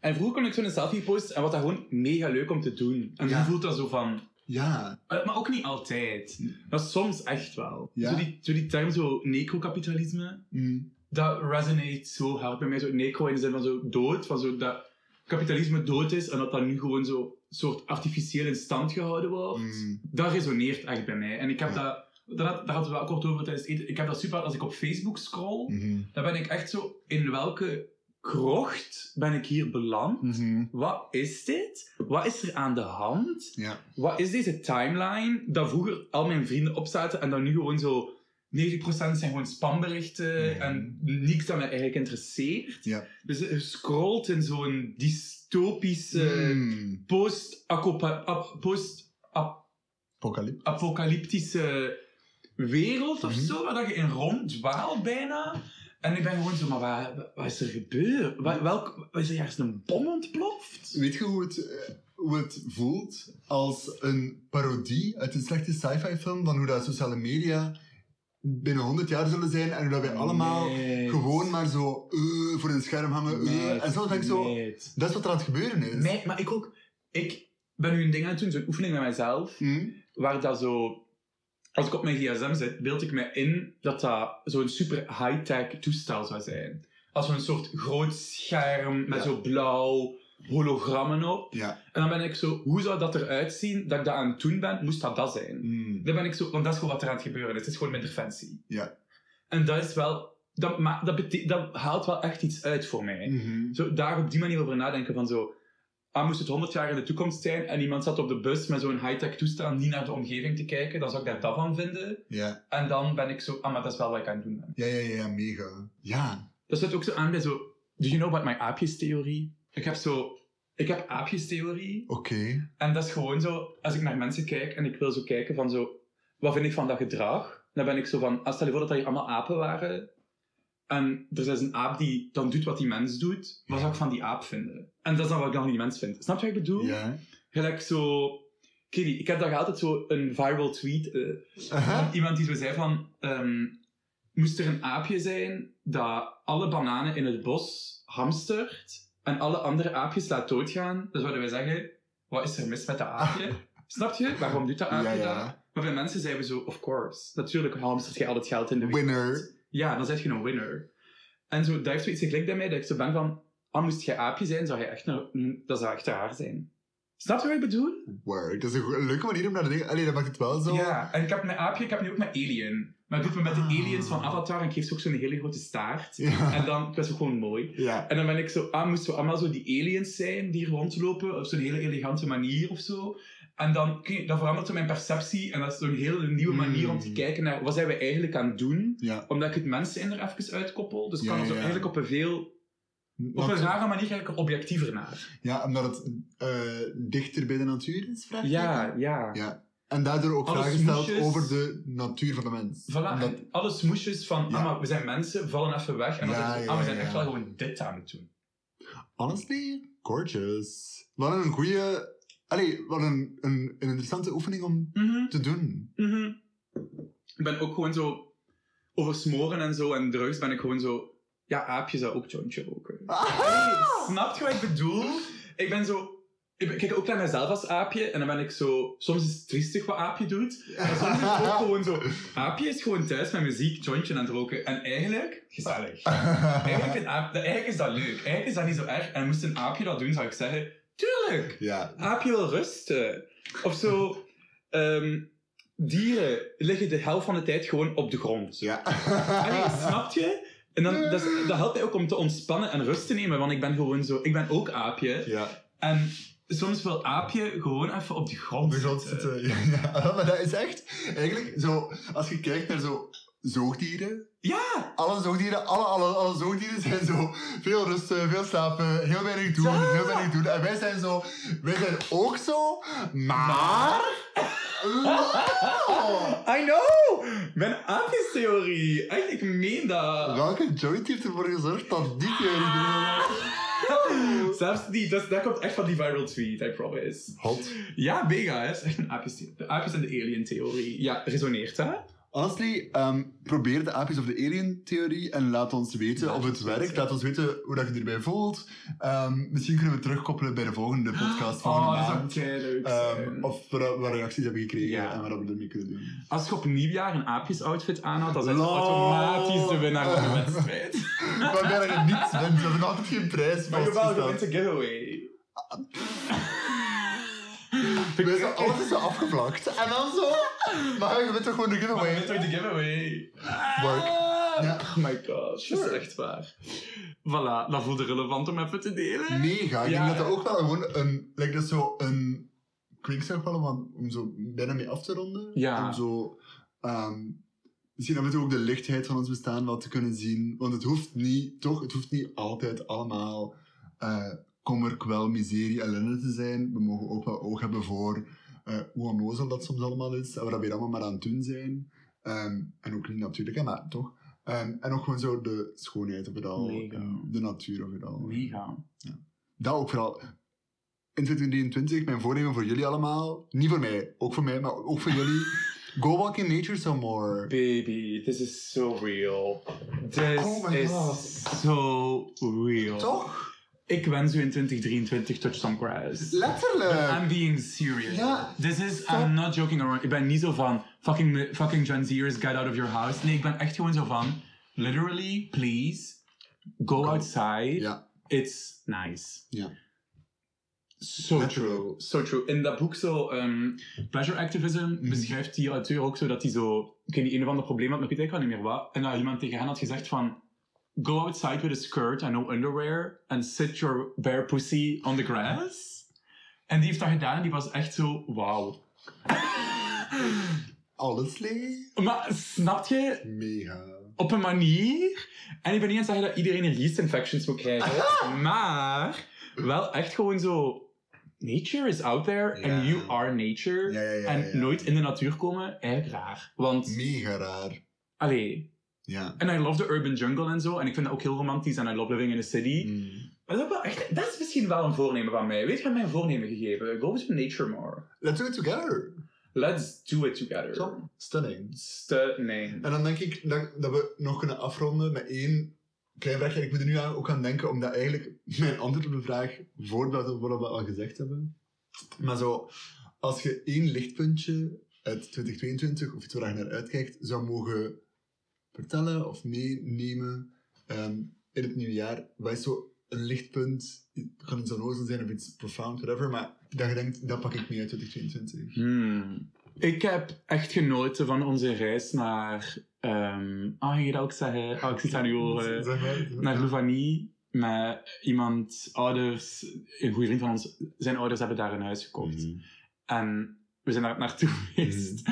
Speaker 1: En vroeger kon ik zo'n selfie posten en wat dat gewoon mega leuk om te doen. En
Speaker 2: Ja.
Speaker 1: nu voelt dat zo van...
Speaker 2: Ja,
Speaker 1: eh, Maar ook niet altijd. Maar soms echt wel.
Speaker 2: Ja.
Speaker 1: Zo, die, zo die term, zo necrokapitalisme.
Speaker 2: mm,
Speaker 1: dat resonate zo hard bij mij. Zo necro in de zin van zo dood, van zo dat kapitalisme dood is en dat dat nu gewoon zo soort artificieel in stand gehouden wordt.
Speaker 2: mm,
Speaker 1: Dat resoneert echt bij mij. En ik heb
Speaker 2: Ja.
Speaker 1: dat, daar, had- daar hadden we wel kort over tijdens het eten. Ik heb dat super hard als ik op Facebook scroll.
Speaker 2: mhm,
Speaker 1: Dan ben ik echt zo, in welke krocht ben ik hier beland?
Speaker 2: mhm.
Speaker 1: Wat is dit? Wat is er aan de hand?
Speaker 2: Ja.
Speaker 1: Wat is deze timeline dat vroeger al mijn vrienden opzaten en dan nu gewoon zo 90% zijn gewoon spamberichten
Speaker 2: Mhm.
Speaker 1: en niks dat mij eigenlijk interesseert.
Speaker 2: Ja.
Speaker 1: Dus je scrolt in zo'n dystopische
Speaker 2: Mm,
Speaker 1: post-acopa- ap- post-apocalyptische
Speaker 2: apocalypse.
Speaker 1: wereld of
Speaker 2: Mhm.
Speaker 1: zo, waar dat je in ronddwaalt bijna. En ik ben gewoon zo, maar waar- wat is er gebeurd? Wa- Welk, is er juist een bom ontploft?
Speaker 2: Weet je hoe het, eh, hoe het voelt als een parodie uit een slechte sci-fi film van hoe dat sociale media binnen 100 jaar zullen zijn en hoe dat wij allemaal
Speaker 1: Meid.
Speaker 2: gewoon maar zo eh, voor een scherm hangen. eh.
Speaker 1: Meid.
Speaker 2: en soms denk ik zo,
Speaker 1: Meid.
Speaker 2: dat is wat er aan het gebeuren is.
Speaker 1: Nee, maar ik ook. Ik ben nu een ding aan het doen, zo'n oefening met mijzelf,
Speaker 2: Mm,
Speaker 1: waar dat zo... Als ik op mijn gsm zit, beeld ik me in dat dat zo'n super high-tech toestel zou zijn. Als zo'n soort groot scherm met
Speaker 2: Ja.
Speaker 1: zo blauw hologrammen op.
Speaker 2: Ja.
Speaker 1: En dan ben ik zo, hoe zou dat eruit zien dat ik dat aan het doen ben? Moest dat dat zijn?
Speaker 2: Mm,
Speaker 1: Dan ben ik zo, want dat is gewoon wat er aan het gebeuren is. Het is gewoon mijn interventie.
Speaker 2: Ja.
Speaker 1: En dat is wel... Dat, ma- dat, bete- dat haalt wel echt iets uit voor mij
Speaker 2: mhm.
Speaker 1: zo daar op die manier over nadenken van zo... Ah, moest het 100 jaar in de toekomst zijn en iemand zat op de bus met zo'n high-tech toestel niet naar de omgeving te kijken, dan zou ik daar dat van vinden.
Speaker 2: Ja.
Speaker 1: En dan ben ik zo, ah, maar dat is wel wat ik aan het doen ben.
Speaker 2: Ja, ja, ja, ja, mega. Ja.
Speaker 1: Dat sluit ook zo aan bij zo, do you know about my aapjestheorie? Ik heb zo, ik heb aapjestheorie
Speaker 2: Oké.
Speaker 1: en dat is gewoon zo, als ik naar mensen kijk en ik wil zo kijken van zo, wat vind ik van dat gedrag? Dan ben ik zo van, ah, stel je voor dat dat hier allemaal apen waren en er is een aap die dan doet wat die mens doet, wat zou ik van die aap vinden? En dat is dan wat ik dan van die mens vind. Snap je wat ik bedoel?
Speaker 2: Ja.
Speaker 1: Gelijk zo, Kitty, ik heb daar altijd zo een viral tweet eh,
Speaker 2: Aha.
Speaker 1: van iemand die zo zei van, ehm, moest er een aapje zijn dat alle bananen in het bos hamstert en alle andere aapjes laat doodgaan, dan zouden wij zeggen, wat is er mis met dat aapje? Snap je? Waarom doet dat aapje
Speaker 2: Ja, ja.
Speaker 1: dat? Maar bij mensen zeiden we zo, of course. Natuurlijk hamstert je al het geld in de wereld.
Speaker 2: Winner.
Speaker 1: Ja, dan zet je een winner. En zo, daar heeft zoiets geklikt bij mij, dat ik zo ben van, ah, moest je aapje zijn, zou je echt, een- dat zou echt raar zijn. Snap je wat ik bedoel?
Speaker 2: Word. Dat is een go- een leuke manier om naar te denken. Allee, dat maakt het wel zo.
Speaker 1: Ja, en ik heb mijn aapje, ik heb nu ook mijn alien. Maar ik doe het me met de
Speaker 2: Ah.
Speaker 1: aliens van Avatar en ik geef ze ook zo'n hele grote staart.
Speaker 2: Ja.
Speaker 1: En dan, dat is ook gewoon mooi.
Speaker 2: Ja.
Speaker 1: En dan ben ik zo, ah, moesten we allemaal zo die aliens zijn die hier rondlopen op zo'n hele elegante manier of zo. En dan, oké, dat verandert zo mijn perceptie en dat is zo'n hele nieuwe manier om te
Speaker 2: Mm.
Speaker 1: kijken naar wat zijn we eigenlijk aan het doen.
Speaker 2: Ja.
Speaker 1: Omdat ik het mensen in er even uitkoppel, dus ik
Speaker 2: Ja,
Speaker 1: kan er zo
Speaker 2: ja.
Speaker 1: eigenlijk op een veel, op een
Speaker 2: Want-
Speaker 1: rare manier kijk ik er objectiever naar.
Speaker 2: Ja, omdat het eh, dichter bij de natuur is, vraag ik
Speaker 1: Ja,
Speaker 2: me.
Speaker 1: ja.
Speaker 2: Ja. En daardoor ook
Speaker 1: Alle
Speaker 2: vragen stelt
Speaker 1: smoesjes.
Speaker 2: over de natuur van de mens.
Speaker 1: Voilà,
Speaker 2: Omdat-
Speaker 1: en alle smoesjes van,
Speaker 2: Ja.
Speaker 1: ah, maar we zijn mensen, vallen even weg. En dan
Speaker 2: Ja,
Speaker 1: denk ik,
Speaker 2: ja,
Speaker 1: ah, we zijn
Speaker 2: ja,
Speaker 1: echt
Speaker 2: ja.
Speaker 1: wel gewoon dit aan het doen.
Speaker 2: honestly, gorgeous. Wat een goede... Allee, wat een, een, een interessante oefening om te doen.
Speaker 1: Mhm. Ik ben ook gewoon zo, over smoren en zo en drugs ben ik gewoon zo, ja, aapje zou ook jointje roken. Hey, Ah! snap je wat ik bedoel? Ik ben zo... Ik ben- kijk ook naar mezelf als aapje en dan ben ik zo... Soms is het triestig wat aapje doet. Maar soms is het ook gewoon zo... Aapje is gewoon thuis met muziek, jointje aan het roken. En eigenlijk... Gezellig. Eigenlijk, een aap- eigenlijk is dat leuk. Eigenlijk is dat niet zo erg. En moest een aapje dat doen, zou ik zeggen... Tuurlijk!
Speaker 2: ja.
Speaker 1: Aapje wil rusten. Of zo... ehm, dieren liggen de helft van de tijd gewoon op de grond.
Speaker 2: Ja.
Speaker 1: Allee, snap je? En dan, dat, is- dat helpt mij ook om te ontspannen en rust te nemen, want ik ben gewoon zo... Ik ben ook aapje.
Speaker 2: ja.
Speaker 1: En soms wil Aapje gewoon even op de
Speaker 2: Op
Speaker 1: grond
Speaker 2: de grond
Speaker 1: zitten.
Speaker 2: zitten. Ja, eh, ja, maar dat is echt... Eigenlijk, zo, als je kijkt naar zo zoogdieren...
Speaker 1: Ja!
Speaker 2: Alle zoogdieren, alle, alle, alle zoogdieren zijn zo... Veel rusten, veel slapen, heel weinig doen,
Speaker 1: Ja.
Speaker 2: heel weinig doen. En wij zijn zo... Wij zijn ook zo, maar...
Speaker 1: Maar- Oh, I know! Mijn aapjestheorie. Echt, ik meen dat.
Speaker 2: Welke joint heeft ervoor gezorgd dat die
Speaker 1: Ah!
Speaker 2: theorie...
Speaker 1: Zelfs die, dat, dat komt echt van die viral tweet, I promise.
Speaker 2: Hot.
Speaker 1: Ja, mega, hè. Dat is echt een aapjes, de aapjes en de alien theorie. Ja, resoneert hè?
Speaker 2: Honestly, ehm, probeer de aapjes of de alien-theorie en laat ons weten
Speaker 1: Laat
Speaker 2: of het
Speaker 1: ons weten.
Speaker 2: werkt. Laat ons weten hoe dat je erbij voelt. Ehm, misschien kunnen we terugkoppelen bij de volgende podcast volgende
Speaker 1: Oh, dat zou
Speaker 2: maand.
Speaker 1: keileuk
Speaker 2: Ehm,
Speaker 1: zijn.
Speaker 2: of we daar- wat reacties hebben gekregen
Speaker 1: Ja.
Speaker 2: en wat we ermee kunnen doen.
Speaker 1: Als je op nieuwjaar een aapjes-outfit aanhoudt, dan zijn ze
Speaker 2: Lol.
Speaker 1: automatisch de winnaar van de wedstrijd.
Speaker 2: Waarbij dat je niets wint, we hebben altijd geen prijs
Speaker 1: Maar jawel, je wint
Speaker 2: vastgesteld.
Speaker 1: een giveaway.
Speaker 2: We zijn altijd zo afgevlakt. En dan zo... Maar je bent toch gewoon de
Speaker 1: Maar je wint
Speaker 2: giveaway?
Speaker 1: ook de giveaway.
Speaker 2: Work. Ja.
Speaker 1: Oh my god, dat
Speaker 2: Sure.
Speaker 1: is echt waar. Voilà, dat voelde relevant om even te delen.
Speaker 2: Mega. Ik
Speaker 1: Ja.
Speaker 2: denk dat dat ook wel gewoon een... Like, dat is zo een... Ik weet zeg wel, want om zo bijna mee af te ronden.
Speaker 1: Ja.
Speaker 2: Om zo... ehm, misschien af en toe ook de lichtheid van ons bestaan wel te kunnen zien. Want het hoeft niet... Toch, het hoeft niet altijd allemaal... eh kommer, kwel, miserie, ellende te zijn. We mogen ook wel oog hebben voor... eh, hoe onnozel dat soms allemaal is. En waar we hier allemaal maar aan het doen zijn. Ehm, en ook niet natuurlijk, hè, maar toch. Ehm, en ook gewoon zo de schoonheid of het al.
Speaker 1: Mega.
Speaker 2: en De natuur of het al.
Speaker 1: Mega.
Speaker 2: Dat ook vooral. In 2023, mijn voornemen voor jullie allemaal. Niet voor mij, ook voor mij, maar ook voor jullie. Go walk in nature some more.
Speaker 1: Baby, this is so real. This
Speaker 2: Oh my
Speaker 1: is
Speaker 2: God.
Speaker 1: so real.
Speaker 2: Toch?
Speaker 1: Ik wens u in 2023 touch some grass.
Speaker 2: Letterlijk.
Speaker 1: I'm being serious.
Speaker 2: Ja.
Speaker 1: This is,
Speaker 2: Stop.
Speaker 1: I'm not joking around. Ik ben niet zo van, fucking, fucking Gen Zers, get out of your house. Nee, ik ben echt gewoon zo van, literally, please, go outside.
Speaker 2: Ja.
Speaker 1: It's nice.
Speaker 2: Ja.
Speaker 1: So
Speaker 2: Letterlijk.
Speaker 1: true, so true. In dat boek zo, ehm, Pleasure Activism, beschrijft die auteur ook zo dat hij zo, ik weet niet, een of ander probleem had, maar ik weet eigenlijk wel niet meer wat. En dat iemand tegen hen had gezegd van, go outside with a skirt and no underwear and sit your bare pussy on the grass. En die heeft dat gedaan en die was echt zo, wauw.
Speaker 2: Honestly?
Speaker 1: Maar snap je,
Speaker 2: Mega.
Speaker 1: op een manier, en ik ben niet aan het zeggen dat iedereen een yeast infections moet krijgen, maar wel echt gewoon zo, nature is out there
Speaker 2: Ja.
Speaker 1: and you are nature.
Speaker 2: Ja, ja, ja.
Speaker 1: en
Speaker 2: ja.
Speaker 1: nooit in de natuur komen, eigenlijk raar. Want,
Speaker 2: Mega raar.
Speaker 1: allee,
Speaker 2: Ja.
Speaker 1: en I love the urban jungle en zo, en ik vind dat ook heel romantisch, en I love living in a city.
Speaker 2: Mm.
Speaker 1: Maar dat, is wel echt, dat is misschien wel een voornemen van mij. Weet je, ik heb mij een voornemen gegeven. Go with nature more.
Speaker 2: Let's do it together.
Speaker 1: Let's do it together.
Speaker 2: Zo. Stunning.
Speaker 1: Ste- nee.
Speaker 2: En dan denk ik dat, dat we nog kunnen afronden met één klein vraagje. En Ik moet er nu aan, ook aan denken, omdat eigenlijk mijn antwoord op de vraag, voordat we wat we al gezegd hebben. Maar zo, als je één lichtpuntje uit 2022, of iets waar je naar uitkijkt, zou mogen vertellen of meenemen ehm, in het nieuwe jaar, wat is zo een lichtpunt? Het kan iets onnozel zijn of iets profound, whatever, maar dat je denkt, dat pak ik mee uit 2022.
Speaker 1: Hmm. Ik heb echt genoten van onze reis naar... ehm ah, ging je dat ook zeggen? Ah, ik zit aan uw oren.
Speaker 2: Zeg maar.
Speaker 1: naar Louvanie met iemand, ouders, een goede vriend van ons, zijn ouders hebben daar een huis gekocht.
Speaker 2: Mhm.
Speaker 1: En we zijn daar naartoe geweest.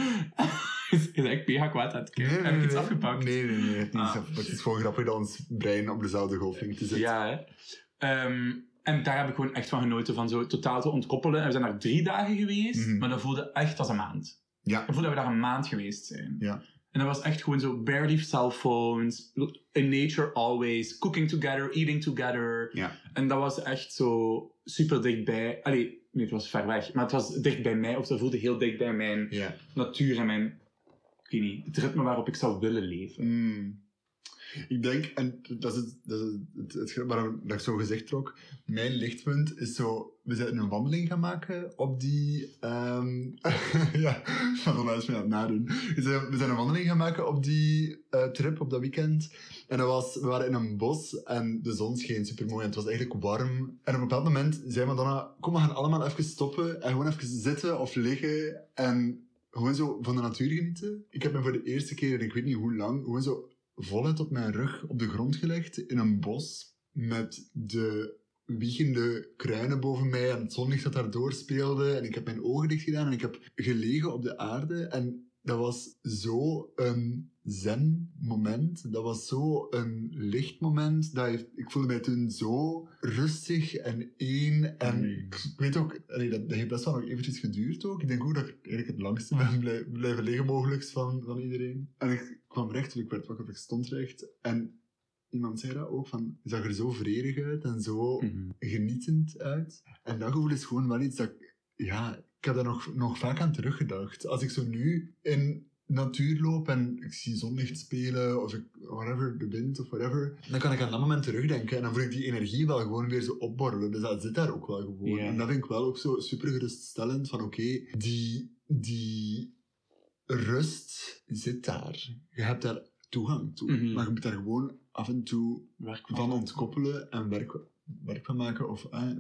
Speaker 1: Hij is echt mega kwaad aan het kijken. Heb ik iets afgepakt?
Speaker 2: Hmm. Nee, nee, nee. Het, is niet
Speaker 1: Ah.
Speaker 2: afgepakt. het is gewoon grappig dat ons brein op dezelfde golfing te zitten.
Speaker 1: Ja, hè. Ehm, en daar heb ik gewoon echt van genoten, van zo totaal te ontkoppelen. En we zijn daar drie dagen geweest,
Speaker 2: Mhm.
Speaker 1: maar dat voelde echt als een maand.
Speaker 2: Ja.
Speaker 1: Ik voelde dat we daar een maand geweest zijn.
Speaker 2: Ja.
Speaker 1: En dat was echt gewoon zo, barely cell phones, in nature always, cooking together, eating together.
Speaker 2: Ja.
Speaker 1: En dat was echt zo super dichtbij. Allee, nee, het was ver weg, maar het was dicht bij mij, of dat voelde heel dicht bij mijn
Speaker 2: Ja.
Speaker 1: natuur en mijn, ik weet niet, het ritme waarop ik zou willen leven.
Speaker 2: Mm. Ik denk, en dat is, het, dat is het, het, het- waarom dat ik zo gezegd trok, mijn lichtpunt is zo, we zijn een wandeling gaan maken op die, ehm ja, van de luisteraar aan het nadoen. We zijn, we zijn een wandeling gaan maken op die eh, trip, op dat weekend. En dat was, we waren in een bos en de zon scheen super mooi en het was eigenlijk warm. En op een bepaald moment zei Madonna, kom we gaan allemaal even stoppen en gewoon even zitten of liggen en gewoon zo van de natuur genieten. Ik heb me voor de eerste keer, en ik weet niet hoe lang, gewoon zo voluit op mijn rug op de grond gelegd in een bos met de wiegende kruinen boven mij en het zonlicht dat daardoor speelde. En ik heb mijn ogen dicht gedaan en ik heb gelegen op de aarde. En dat was zo een zen-moment. Dat was zo een lichtmoment. Dat heeft- ik voelde mij toen zo rustig en één. En
Speaker 1: Nee.
Speaker 2: ik ik weet ook, allee, dat, dat heeft best wel nog eventjes geduurd ook. Ik denk ook dat ik eigenlijk het langste ben blij- blijven liggen mogelijk van, van iedereen. En ik kwam recht, ik werd wakker, of ik stond recht. En iemand zei dat ook, van, je zag er zo vredig uit en zo genietend uit. En dat gevoel is gewoon wel iets dat ik, ja, ik heb daar nog, nog vaak aan teruggedacht. Als ik zo nu in natuur loop en ik zie zonlicht spelen of ik, whatever, de wind of whatever, dan kan ik aan dat moment terugdenken en dan voel ik die energie wel gewoon weer zo opborrelen. Dus dat zit daar ook wel gewoon.
Speaker 1: Ja.
Speaker 2: En dat vind ik wel ook zo super geruststellend van oké, die, die rust zit daar. Je hebt daar toegang toe,
Speaker 1: Mhm.
Speaker 2: maar je moet daar gewoon af en toe
Speaker 1: Werk
Speaker 2: van ontkoppelen en werk, werk van maken of eh,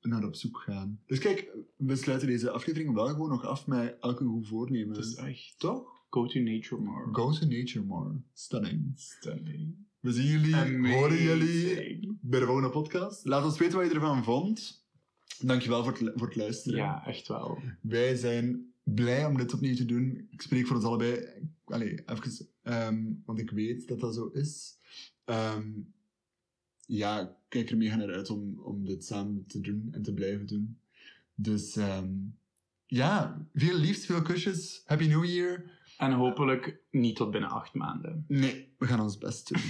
Speaker 2: naar op zoek gaan. Dus kijk, we sluiten deze aflevering wel gewoon nog af met elke goed voornemen.
Speaker 1: Het is echt.
Speaker 2: Toch?
Speaker 1: Go to nature more.
Speaker 2: Go to nature more. Stunning.
Speaker 1: Stunning.
Speaker 2: We zien jullie, horen jullie
Speaker 1: Amazing.
Speaker 2: bij de volgende podcast. Laat ons weten wat je ervan vond. Dankjewel voor het, lu- voor het luisteren.
Speaker 1: Ja, echt wel.
Speaker 2: Wij zijn blij om dit opnieuw te doen. Ik spreek voor ons allebei. Allee, even, ehm, want ik weet dat dat zo is. Ehm, ja, ik kijk er mega naar uit om, om dit samen te doen en te blijven doen. Dus ehm, ja, veel liefst, veel kusjes. Happy New Year.
Speaker 1: En hopelijk niet tot binnen acht maanden.
Speaker 2: Nee, we gaan ons best doen.